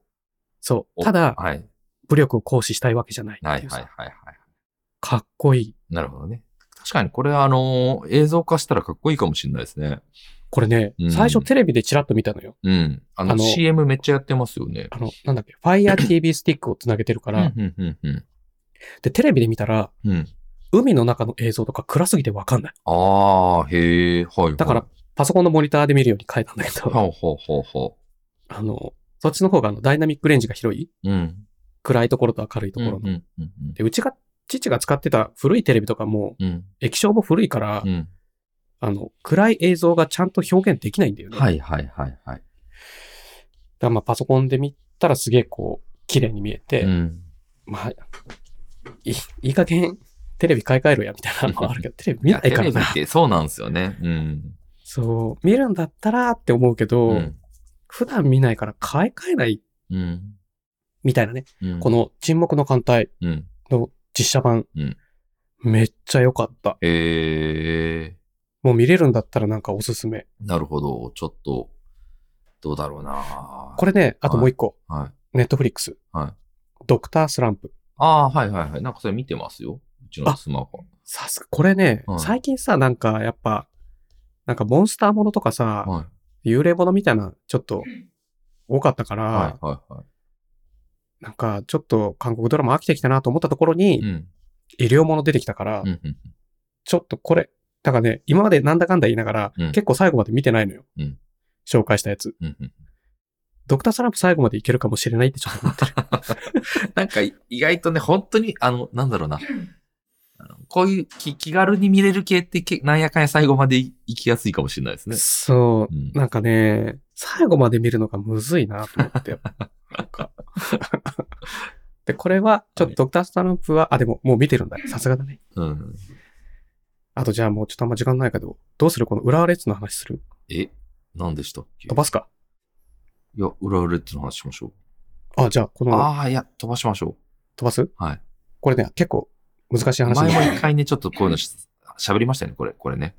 Speaker 1: そう、ただ、
Speaker 2: はい。
Speaker 1: 武力を行使したいわけじゃない
Speaker 2: は
Speaker 1: って
Speaker 2: い
Speaker 1: いうさ
Speaker 2: はいはいはい。
Speaker 1: かっこいい。
Speaker 2: なるほどね。確かにこれはあのー映像化したらかっこいいかもしれないですね。
Speaker 1: これね、
Speaker 2: うん
Speaker 1: 最初テレビでチラッと見たのよ。
Speaker 2: うん。あの
Speaker 1: あの
Speaker 2: CM めっちゃやってますよね。
Speaker 1: あの、なんだっけ、Fire TV スティックをつなげてるか
Speaker 2: うん
Speaker 1: ら、
Speaker 2: うんうんうん。
Speaker 1: で、テレビで見たら、
Speaker 2: うん。
Speaker 1: 海の中の映像とか暗すぎてわかんない。
Speaker 2: ああ、へえ、はいはい。
Speaker 1: だから、パソコンのモニターで見るように変えたんだけど、
Speaker 2: ほうほうほうほ
Speaker 1: あの、そっちの方があのダイナミックレンジが広い、
Speaker 2: う。うん。
Speaker 1: 暗いところと明るいと
Speaker 2: と
Speaker 1: ころの。
Speaker 2: うんうんうん
Speaker 1: で、うちが、父が使ってた古いテレビとかも、
Speaker 2: うん。
Speaker 1: 液晶も古いから、
Speaker 2: うん。
Speaker 1: あの、暗い映像がちゃんと表現できないんだよね。。
Speaker 2: はいいはいはい
Speaker 1: だ
Speaker 2: はい。
Speaker 1: からまあパソコンで見たらすげえこう、綺麗に見えて、
Speaker 2: うん。
Speaker 1: まあ、いい、いい加減、テレビ買い替えろや、みたいなのもあるけど、テレビ見ないか
Speaker 2: やテレ
Speaker 1: ら
Speaker 2: ビ
Speaker 1: な
Speaker 2: っ。てそうなんですよね。うん。
Speaker 1: そう、見るんだったらって思うけど、
Speaker 2: うん
Speaker 1: 普段見ないから買い替えない、
Speaker 2: うん。
Speaker 1: みたいなね。
Speaker 2: うん
Speaker 1: こ、の沈黙の艦隊
Speaker 2: うん。
Speaker 1: の実写版、
Speaker 2: うん
Speaker 1: めっちゃ良かった。
Speaker 2: ええ
Speaker 1: もう見れるんだったらなんかおすすめ。
Speaker 2: ー、なるほど。ちょっと、どうだろうな。
Speaker 1: これね、あともう一個、
Speaker 2: れ。はい。
Speaker 1: ネットフリックス。
Speaker 2: はい
Speaker 1: ドクタースランプ。
Speaker 2: ああ、はいはいはい。なんかそれ見てますよ。うちのスマホ。
Speaker 1: さすが、これね、
Speaker 2: はい
Speaker 1: 最近さ、なんかやっぱ、なんかモンスターものとかさ、
Speaker 2: はい。
Speaker 1: 幽霊ものみたいな、ちょっと多かったから、
Speaker 2: はいはいは
Speaker 1: なんかちょっと韓国ドラマ飽きてきたなと思ったところ
Speaker 2: い。
Speaker 1: に、
Speaker 2: うん。
Speaker 1: 医療もの出てきたから、
Speaker 2: うんうん。
Speaker 1: ちょっとこれ、だからね、今までなんだかんだ言いながら、
Speaker 2: うん
Speaker 1: 結構最後まで見てないのよ。
Speaker 2: うん
Speaker 1: 紹介したやつ。
Speaker 2: うんうん
Speaker 1: ドクタースランプ最後までいけるかもしれないってちょっと思ってる。
Speaker 2: なんかい意外とね、本当に、あの、なんだろうな。あのこういう気気軽に見れる系ってけなんやかんや最後までい行きやすいかもしれない ですね。
Speaker 1: そうう。
Speaker 2: ん、
Speaker 1: なんかね、最後まで見るのがむずいなと思 って、やっぱなんか。 で、これは、ちょっとドクタースランプは、あ、でももう見てるんだね。さすがだね。
Speaker 2: うん。
Speaker 1: あとじゃあもうちょっとあんま時間ないけど、どうするこの浦和レッズの話する
Speaker 2: え何でしたっけ
Speaker 1: 飛ばすか
Speaker 2: いや、裏レッズの話しましょう。
Speaker 1: あ、じゃあこの、
Speaker 2: ああ、いや、飛ばしましょ
Speaker 1: 飛ばす
Speaker 2: う。はい。
Speaker 1: これね、結構難しい
Speaker 2: 前
Speaker 1: 話
Speaker 2: も
Speaker 1: で
Speaker 2: 一回ね、ちょっとこういうのし喋りましたよね、これ、これね。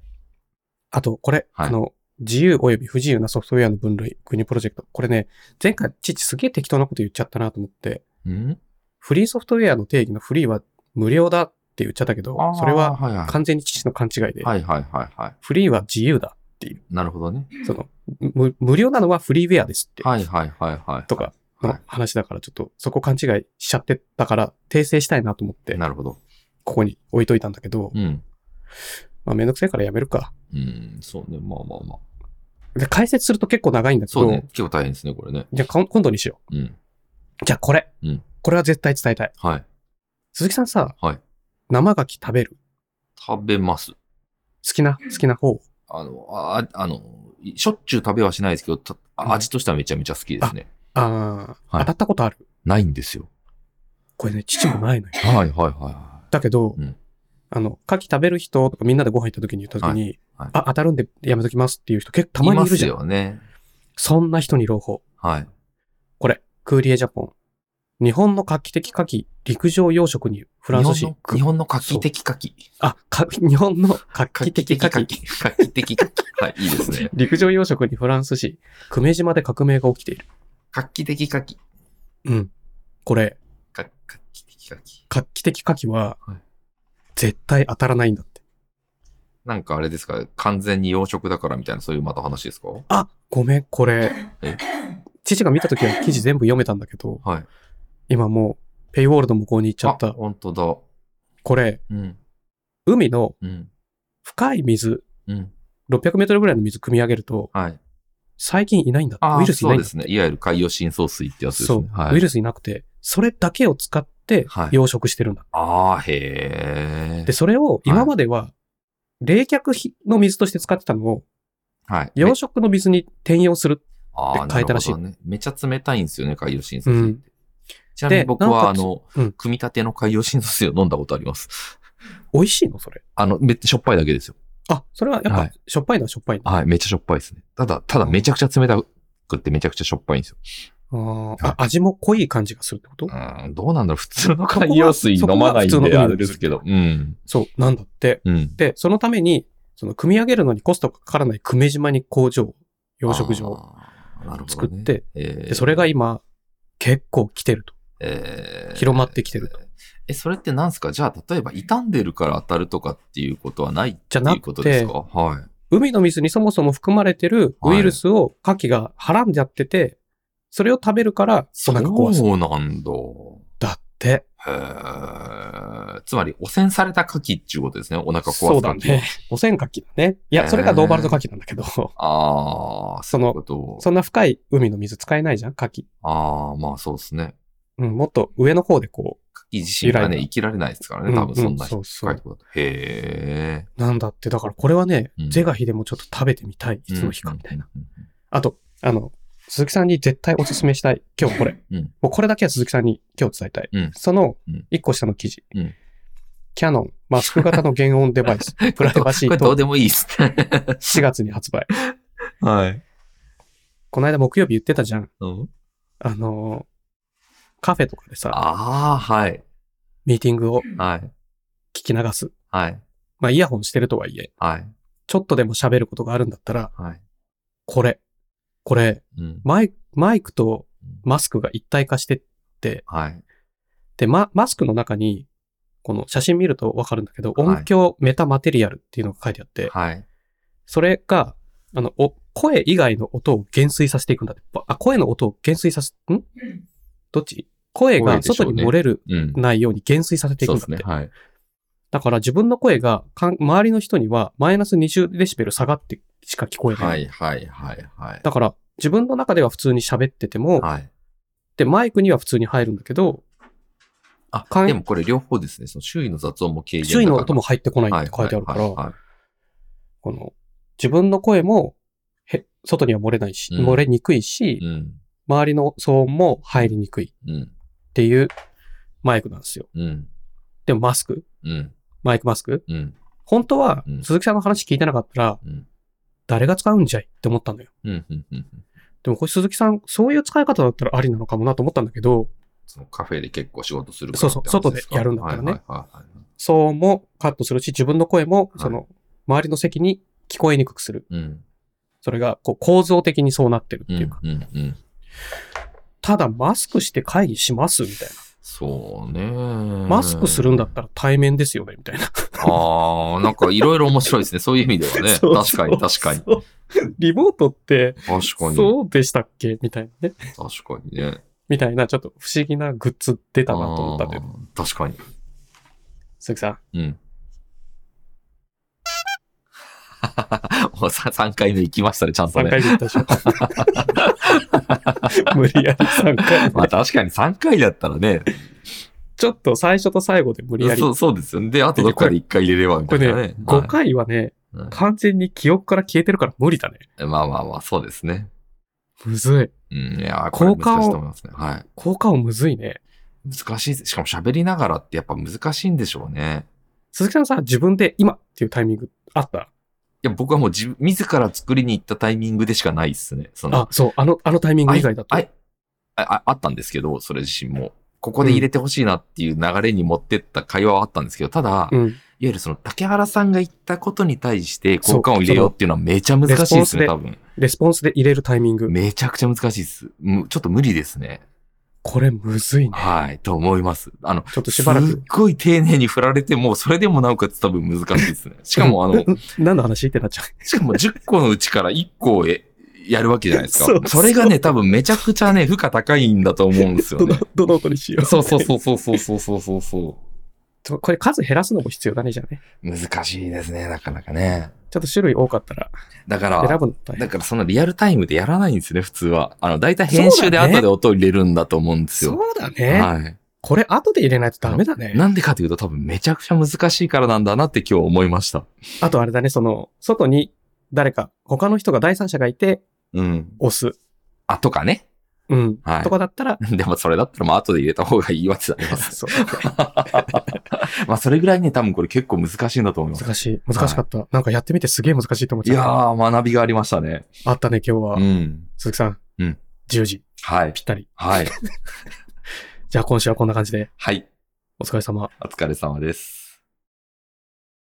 Speaker 1: あと、これ、
Speaker 2: はい
Speaker 1: あの、自由及び不自由なソフトウェアの分類、国プロジェクト。これね、前回、父すげえ適当なこと言っちゃったなと思って、
Speaker 2: うん
Speaker 1: フリーソフトウェアの定義のフリーは無料だって言っちゃったけど
Speaker 2: あー、
Speaker 1: それは
Speaker 2: はいはい
Speaker 1: 完全に父の勘違いで、
Speaker 2: はいはいはいは
Speaker 1: フリーは自由だ。
Speaker 2: い。なるほどね。
Speaker 1: その、無無料なのはフリーウェアですって、
Speaker 2: はいはいはいはい。
Speaker 1: とか
Speaker 2: は
Speaker 1: の話だから、ちょっとそこ勘違いしちゃってたから、訂正したいなと思って、
Speaker 2: なるほど。
Speaker 1: ここに置いといたんだけど、
Speaker 2: うん。
Speaker 1: まあめんどくせえからやめるか。
Speaker 2: うん、そうね。まあまあまあ。
Speaker 1: で、解説すると結構長いんだけ
Speaker 2: そう
Speaker 1: ど、
Speaker 2: ね。結構大変ですね、これね。
Speaker 1: じゃあこん今度にしよ
Speaker 2: うん。
Speaker 1: う。じゃあこれ。
Speaker 2: うん
Speaker 1: これは絶対伝えたい。
Speaker 2: はい。
Speaker 1: 鈴木さんさ、
Speaker 2: はい
Speaker 1: 生牡蠣食べる
Speaker 2: 食べます。
Speaker 1: 好きな、好きな方。
Speaker 2: あの、ああの、しょっちゅう食べはしないですけど、た
Speaker 1: うん
Speaker 2: 味としてはめちゃめちゃ好きですね。
Speaker 1: ああ、
Speaker 2: は
Speaker 1: 当
Speaker 2: い
Speaker 1: たったことある。
Speaker 2: ないんですよ。
Speaker 1: これね、父もないのよ。
Speaker 2: はいはいはいは
Speaker 1: だけど、
Speaker 2: うん
Speaker 1: あの、牡蠣食べる人とかみんなでご飯行った時に言った時に、
Speaker 2: はい
Speaker 1: あ、当たるんでやめときますっていう人結構たまにいるじゃん。
Speaker 2: ますよね。
Speaker 1: そんな人に朗報。
Speaker 2: はい。
Speaker 1: これ、クーリエジャポン。日本の画期的牡蠣、陸上養殖にフランス
Speaker 2: 日
Speaker 1: 人
Speaker 2: 本。の日本の画期的牡蠣。
Speaker 1: あ、か日本の画期的牡
Speaker 2: 画
Speaker 1: 蠣。
Speaker 2: 期的牡蠣。画期的牡蠣。はい、いいです ね。
Speaker 1: 陸上養殖にフランス市、久米島で革命が起きている。
Speaker 2: 画期的牡蠣。
Speaker 1: うん。これ、
Speaker 2: 画画期的牡蠣。
Speaker 1: 画期的牡蠣は
Speaker 2: はい、
Speaker 1: 絶対当たらないんだって。
Speaker 2: なんかあれですか完全に養殖だからみたいな、そういうまた話ですか
Speaker 1: あ、ごめん、これ
Speaker 2: え。
Speaker 1: 父が見た時は記事全部読めたんだけど、
Speaker 2: はい。
Speaker 1: 今もう、ペイウォールの向こうに行っちゃっ
Speaker 2: あ
Speaker 1: た。
Speaker 2: 本当だ。
Speaker 1: これ、
Speaker 2: うん。
Speaker 1: 海の
Speaker 2: うん。
Speaker 1: 深い水、
Speaker 2: うん。
Speaker 1: 600メートルぐらいの水汲み上げると、
Speaker 2: はい。
Speaker 1: 最近いないんだって。
Speaker 2: あ
Speaker 1: ウイルスいな
Speaker 2: そ
Speaker 1: い
Speaker 2: うん
Speaker 1: だ
Speaker 2: で
Speaker 1: って
Speaker 2: すね。いわゆる海洋深層水ってやつです
Speaker 1: そ
Speaker 2: ね
Speaker 1: う。、
Speaker 2: は
Speaker 1: ウイ
Speaker 2: い。
Speaker 1: ルスいなくて、それだけを使って
Speaker 2: はい
Speaker 1: 養殖してるんだ。
Speaker 2: ああ、へ
Speaker 1: で、
Speaker 2: え。
Speaker 1: それを今までは冷却費の水として使ってたのを
Speaker 2: はい。
Speaker 1: 養殖の水に転用する。
Speaker 2: ああ、
Speaker 1: で変えたらしい
Speaker 2: なるほどね。めちゃ冷たいんですよね、海洋深層水って。ちなみに
Speaker 1: で
Speaker 2: 僕
Speaker 1: なお
Speaker 2: は、あ
Speaker 1: かつ
Speaker 2: の、
Speaker 1: うん
Speaker 2: 組み立ての海洋深層水を飲んだことあります。
Speaker 1: 美味しいのそれ。
Speaker 2: あの、めっちゃしょっぱいだけですよ。
Speaker 1: あ、それはやっ
Speaker 2: は
Speaker 1: ぱ
Speaker 2: い
Speaker 1: しょっぱいのはしょっぱいの。
Speaker 2: はい、めっちゃしょっぱいですね。ただ、ただめちゃくちゃ冷たくってめちゃくちゃしょっぱいんですよ。
Speaker 1: あーあ味も濃い感じがするってこと、
Speaker 2: うん、どうなんだろう普通の海洋水飲まない
Speaker 1: そこはそこは
Speaker 2: ん
Speaker 1: 普通
Speaker 2: で
Speaker 1: の
Speaker 2: あれですけど。うん。
Speaker 1: そう、なんだって。
Speaker 2: うん。
Speaker 1: で、そのために、その、組み上げるのにコストがかからない久米島に工場、養殖場を。
Speaker 2: あーなるほどね
Speaker 1: 作って、
Speaker 2: えー
Speaker 1: で、それが今、結構来てると。
Speaker 2: えー
Speaker 1: 広まってきてると。
Speaker 2: え、それってなんですかじゃあ、例えば傷んでるから当たるとかっていうことはないって
Speaker 1: じゃなくて
Speaker 2: いうことですかはい。
Speaker 1: 海の水にそもそも含まれてるウイルスを牡蠣がはらんじゃってて、それを食べるからお腹壊す。
Speaker 2: そうなんだ。
Speaker 1: だって。
Speaker 2: へーつまり、汚染された牡蠣っていうことですね。お腹壊す牡蠣。
Speaker 1: そうだね。。汚染牡蠣だね。い
Speaker 2: へ
Speaker 1: や、
Speaker 2: ー
Speaker 1: それがドーバルト牡蠣なんだけど、
Speaker 2: ああ、
Speaker 1: そ
Speaker 2: そう
Speaker 1: の
Speaker 2: いうこと。
Speaker 1: そんな深い海の水使えないじゃん、牡蠣。
Speaker 2: ああ、まあそうですね。
Speaker 1: うん、もっと上の方でこ
Speaker 2: 牡蠣自身が
Speaker 1: 由来
Speaker 2: ね、
Speaker 1: が
Speaker 2: 生きられないですからね。多分そんな
Speaker 1: うんうんそうそう
Speaker 2: 深いところだと。へえ。
Speaker 1: う、なんだって、だからこれはね、
Speaker 2: うん
Speaker 1: ゼガヒでもちょっと食べてみたい、いつの日かみたいな。
Speaker 2: うん。うん
Speaker 1: あと、あの、鈴木さんに絶対お勧め したい。今日これ。
Speaker 2: うん
Speaker 1: もうこれだけは鈴木さんに今日伝えたい。
Speaker 2: うん
Speaker 1: その
Speaker 2: うん、
Speaker 1: 一個下の記事。
Speaker 2: うん
Speaker 1: キャノン、マスク型の原音デバイス、プライバシ ー
Speaker 2: これど
Speaker 1: と
Speaker 2: うでもいいっすね。
Speaker 1: 4月に発売。
Speaker 2: はい。
Speaker 1: この間木曜日言ってたじゃん。
Speaker 2: うん、
Speaker 1: あのー、カフェとかでさ、
Speaker 2: ああ、はい。
Speaker 1: ミーティングを
Speaker 2: はい。
Speaker 1: 聞き流す。
Speaker 2: はい。
Speaker 1: まあ、イヤホンしてるとはいえ、
Speaker 2: はい。
Speaker 1: ちょっとでも喋ることがあるんだったら、
Speaker 2: はい。
Speaker 1: これ。これ、
Speaker 2: うん。
Speaker 1: マイマイクとマスクが一体化してって、
Speaker 2: はい。
Speaker 1: で、ま、マスクの中に、この写真見るとわかるんだけど、
Speaker 2: はい
Speaker 1: 音響メタマテリアルっていうのが書いてあって、
Speaker 2: はい。
Speaker 1: それが、あの、お、声以外の音を減衰させていくんだって。ばあ、声の音を減衰させ、んどっち声
Speaker 2: 声
Speaker 1: が
Speaker 2: でしょ
Speaker 1: 外
Speaker 2: うね
Speaker 1: に漏れる
Speaker 2: うん。
Speaker 1: ないように減衰させていく
Speaker 2: そ
Speaker 1: だ
Speaker 2: うんで
Speaker 1: っ
Speaker 2: す
Speaker 1: て。
Speaker 2: ね。はい。
Speaker 1: だから自分の声がかん、周りの人にはマイナス20デシベル下がってしか聞こえない。
Speaker 2: はい。はい。はい。はい。
Speaker 1: だから、自分の中では普通に喋ってても、
Speaker 2: はい。
Speaker 1: で、マイクには普通に入るんだけど、
Speaker 2: あ、
Speaker 1: かん
Speaker 2: でもこれ両方ですね。その周囲の雑音も軽減だか
Speaker 1: 周
Speaker 2: ら
Speaker 1: 囲の音も入ってこないって書いてあるから、
Speaker 2: はいはいはいはい
Speaker 1: この、自分の声も、へ、外には漏れないし、
Speaker 2: うん
Speaker 1: 漏れにくいし、
Speaker 2: うん。
Speaker 1: 周りの騒音も入りにくい
Speaker 2: うん。
Speaker 1: っていうマイクなんですよ。
Speaker 2: うん。
Speaker 1: でもマスク
Speaker 2: うん。
Speaker 1: マイクマスク
Speaker 2: うん。
Speaker 1: 本当は
Speaker 2: う、ん
Speaker 1: 鈴木さんの話聞いてなかったら、
Speaker 2: うん
Speaker 1: 誰が使うんじゃいって思ったのよ。
Speaker 2: うん。うん。うん。
Speaker 1: でもこれ鈴木さん、そういう使い方だったらありなのかもなと思ったんだけど、
Speaker 2: そのカフェで結構仕事するから
Speaker 1: そうそう
Speaker 2: って話す
Speaker 1: 外
Speaker 2: か
Speaker 1: でやるんだったらね
Speaker 2: はいはいはいはい
Speaker 1: 騒音もカットするし、自分の声も、
Speaker 2: い
Speaker 1: その、周りの席に聞こえにくくする。
Speaker 2: うん。
Speaker 1: それが、こう、構造的にそうなってるって
Speaker 2: うん。
Speaker 1: いうか、
Speaker 2: うん。うん。
Speaker 1: ただマスクして会議しますみたい
Speaker 2: そうね。
Speaker 1: な。マスクするんだったら対面ですよねみたいな。
Speaker 2: ああ、なんかいろいろ面白いですね。そういう意味ではね。
Speaker 1: そう
Speaker 2: 確かに、確かに。
Speaker 1: そう。リモートって、
Speaker 2: 確かに。
Speaker 1: そうでしたっけみたいなね。
Speaker 2: 確かにね。
Speaker 1: みたいな、ちょっと不思議なグッズ出たなと思ったんで
Speaker 2: あ、ー確かに。
Speaker 1: 鈴木さん。
Speaker 2: うん。 もうさ3回目行きましたね、ちゃんと
Speaker 1: 3
Speaker 2: ね。
Speaker 1: 回で言ったでしょ。 無理やり3回
Speaker 2: まあ確かに3回だったらね。
Speaker 1: ちょっと最初と最後で無理やり。
Speaker 2: そうそうですよね。で、あとどっかで1回入れればみ
Speaker 1: こ
Speaker 2: たい
Speaker 1: れ
Speaker 2: な
Speaker 1: ね
Speaker 2: ね。、
Speaker 1: 5回はね、
Speaker 2: はい
Speaker 1: 完全に記憶から消えてるから無理だね。
Speaker 2: うんまあまあまあ、そうですね。
Speaker 1: むずい。
Speaker 2: うん、いやー、これ難しいと思いますね。はい。
Speaker 1: 効果音むずいね。
Speaker 2: 難しいです。しかも喋りながらってやっぱ難しいんでしょうね。
Speaker 1: 鈴木さんさ、自分で今っていうタイミングあった
Speaker 2: いや、僕はもう自分、自ら作りに行ったタイミングでしかないっすね。その、
Speaker 1: あ、そう、あの、あのタイミング以外だと。
Speaker 2: あいあああったんですけど、それ自身も。ここで入れてほしいなっていう流れに持ってった会話はあったんですけど、ただ、
Speaker 1: う
Speaker 2: いわ
Speaker 1: ん。
Speaker 2: ゆるその竹原さんが言ったことに対して
Speaker 1: そう
Speaker 2: 効果を入れようっていうのはめちゃ難しいですね、
Speaker 1: レス
Speaker 2: 多
Speaker 1: ポ
Speaker 2: 分。
Speaker 1: レスポンスで入れるタイミング。
Speaker 2: めちゃくちゃ難しいです。むちょっと無理ですね。
Speaker 1: これむずいね。
Speaker 2: はい、と思います。あの、
Speaker 1: ちょっとしばら
Speaker 2: すっ
Speaker 1: く、
Speaker 2: ごい丁寧に振られても、それでもなおかつ多分難しい ですね。しかもあの、
Speaker 1: 何の話ってなっちゃう。
Speaker 2: しかも10個のうちから1個をえやるわけじゃないですか。
Speaker 1: そ
Speaker 2: そう
Speaker 1: そう
Speaker 2: れがね、多分めちゃくちゃね、負荷高いんだと思う んですよ
Speaker 1: どの
Speaker 2: ね。、
Speaker 1: どの音にしよう。
Speaker 2: そうそうそうそうそうそうそうそうそう。
Speaker 1: ちょこれ数減らすのも必要だね、じゃあね。
Speaker 2: 難しいですね、なかなかね。
Speaker 1: ちょっと種類多かったら、
Speaker 2: だか
Speaker 1: 選
Speaker 2: ら、
Speaker 1: ぶの大
Speaker 2: だ
Speaker 1: 変。
Speaker 2: からそのリアルタイムでやらないんですね、普通は。あの、だいたい編集で
Speaker 1: そうだね
Speaker 2: 後で音を入れるんだと思うんです
Speaker 1: そ
Speaker 2: よ。
Speaker 1: うだね。
Speaker 2: はい。
Speaker 1: これ後で入れないとダメだね。
Speaker 2: なんでかというと多分めちゃくちゃ難しいからなんだなって今日思いました。
Speaker 1: あとあれだね、その、外に誰か、他の人が第三者がいて、
Speaker 2: うん。
Speaker 1: 押す。
Speaker 2: あ、とかね。
Speaker 1: うん。
Speaker 2: はい
Speaker 1: とかだったら、
Speaker 2: でもそれだったらもう後で入れた方がいいわけだよ。
Speaker 1: そう
Speaker 2: まあそれぐらいね、多分これ結構難しいんだと思います。
Speaker 1: 難しい。難しかった。なんかやってみてすげえ難しいと思っ
Speaker 2: い
Speaker 1: ち
Speaker 2: や
Speaker 1: ゃっ
Speaker 2: ー、学びがありましたね。
Speaker 1: た。あったね、今日は。
Speaker 2: うん。
Speaker 1: 鈴木さん。
Speaker 2: うん
Speaker 1: 10時、
Speaker 2: はい。
Speaker 1: ぴったり。
Speaker 2: はい。
Speaker 1: じゃあ今週はこんな感じで、
Speaker 2: はい。
Speaker 1: お疲れ様。
Speaker 2: お疲れ様です。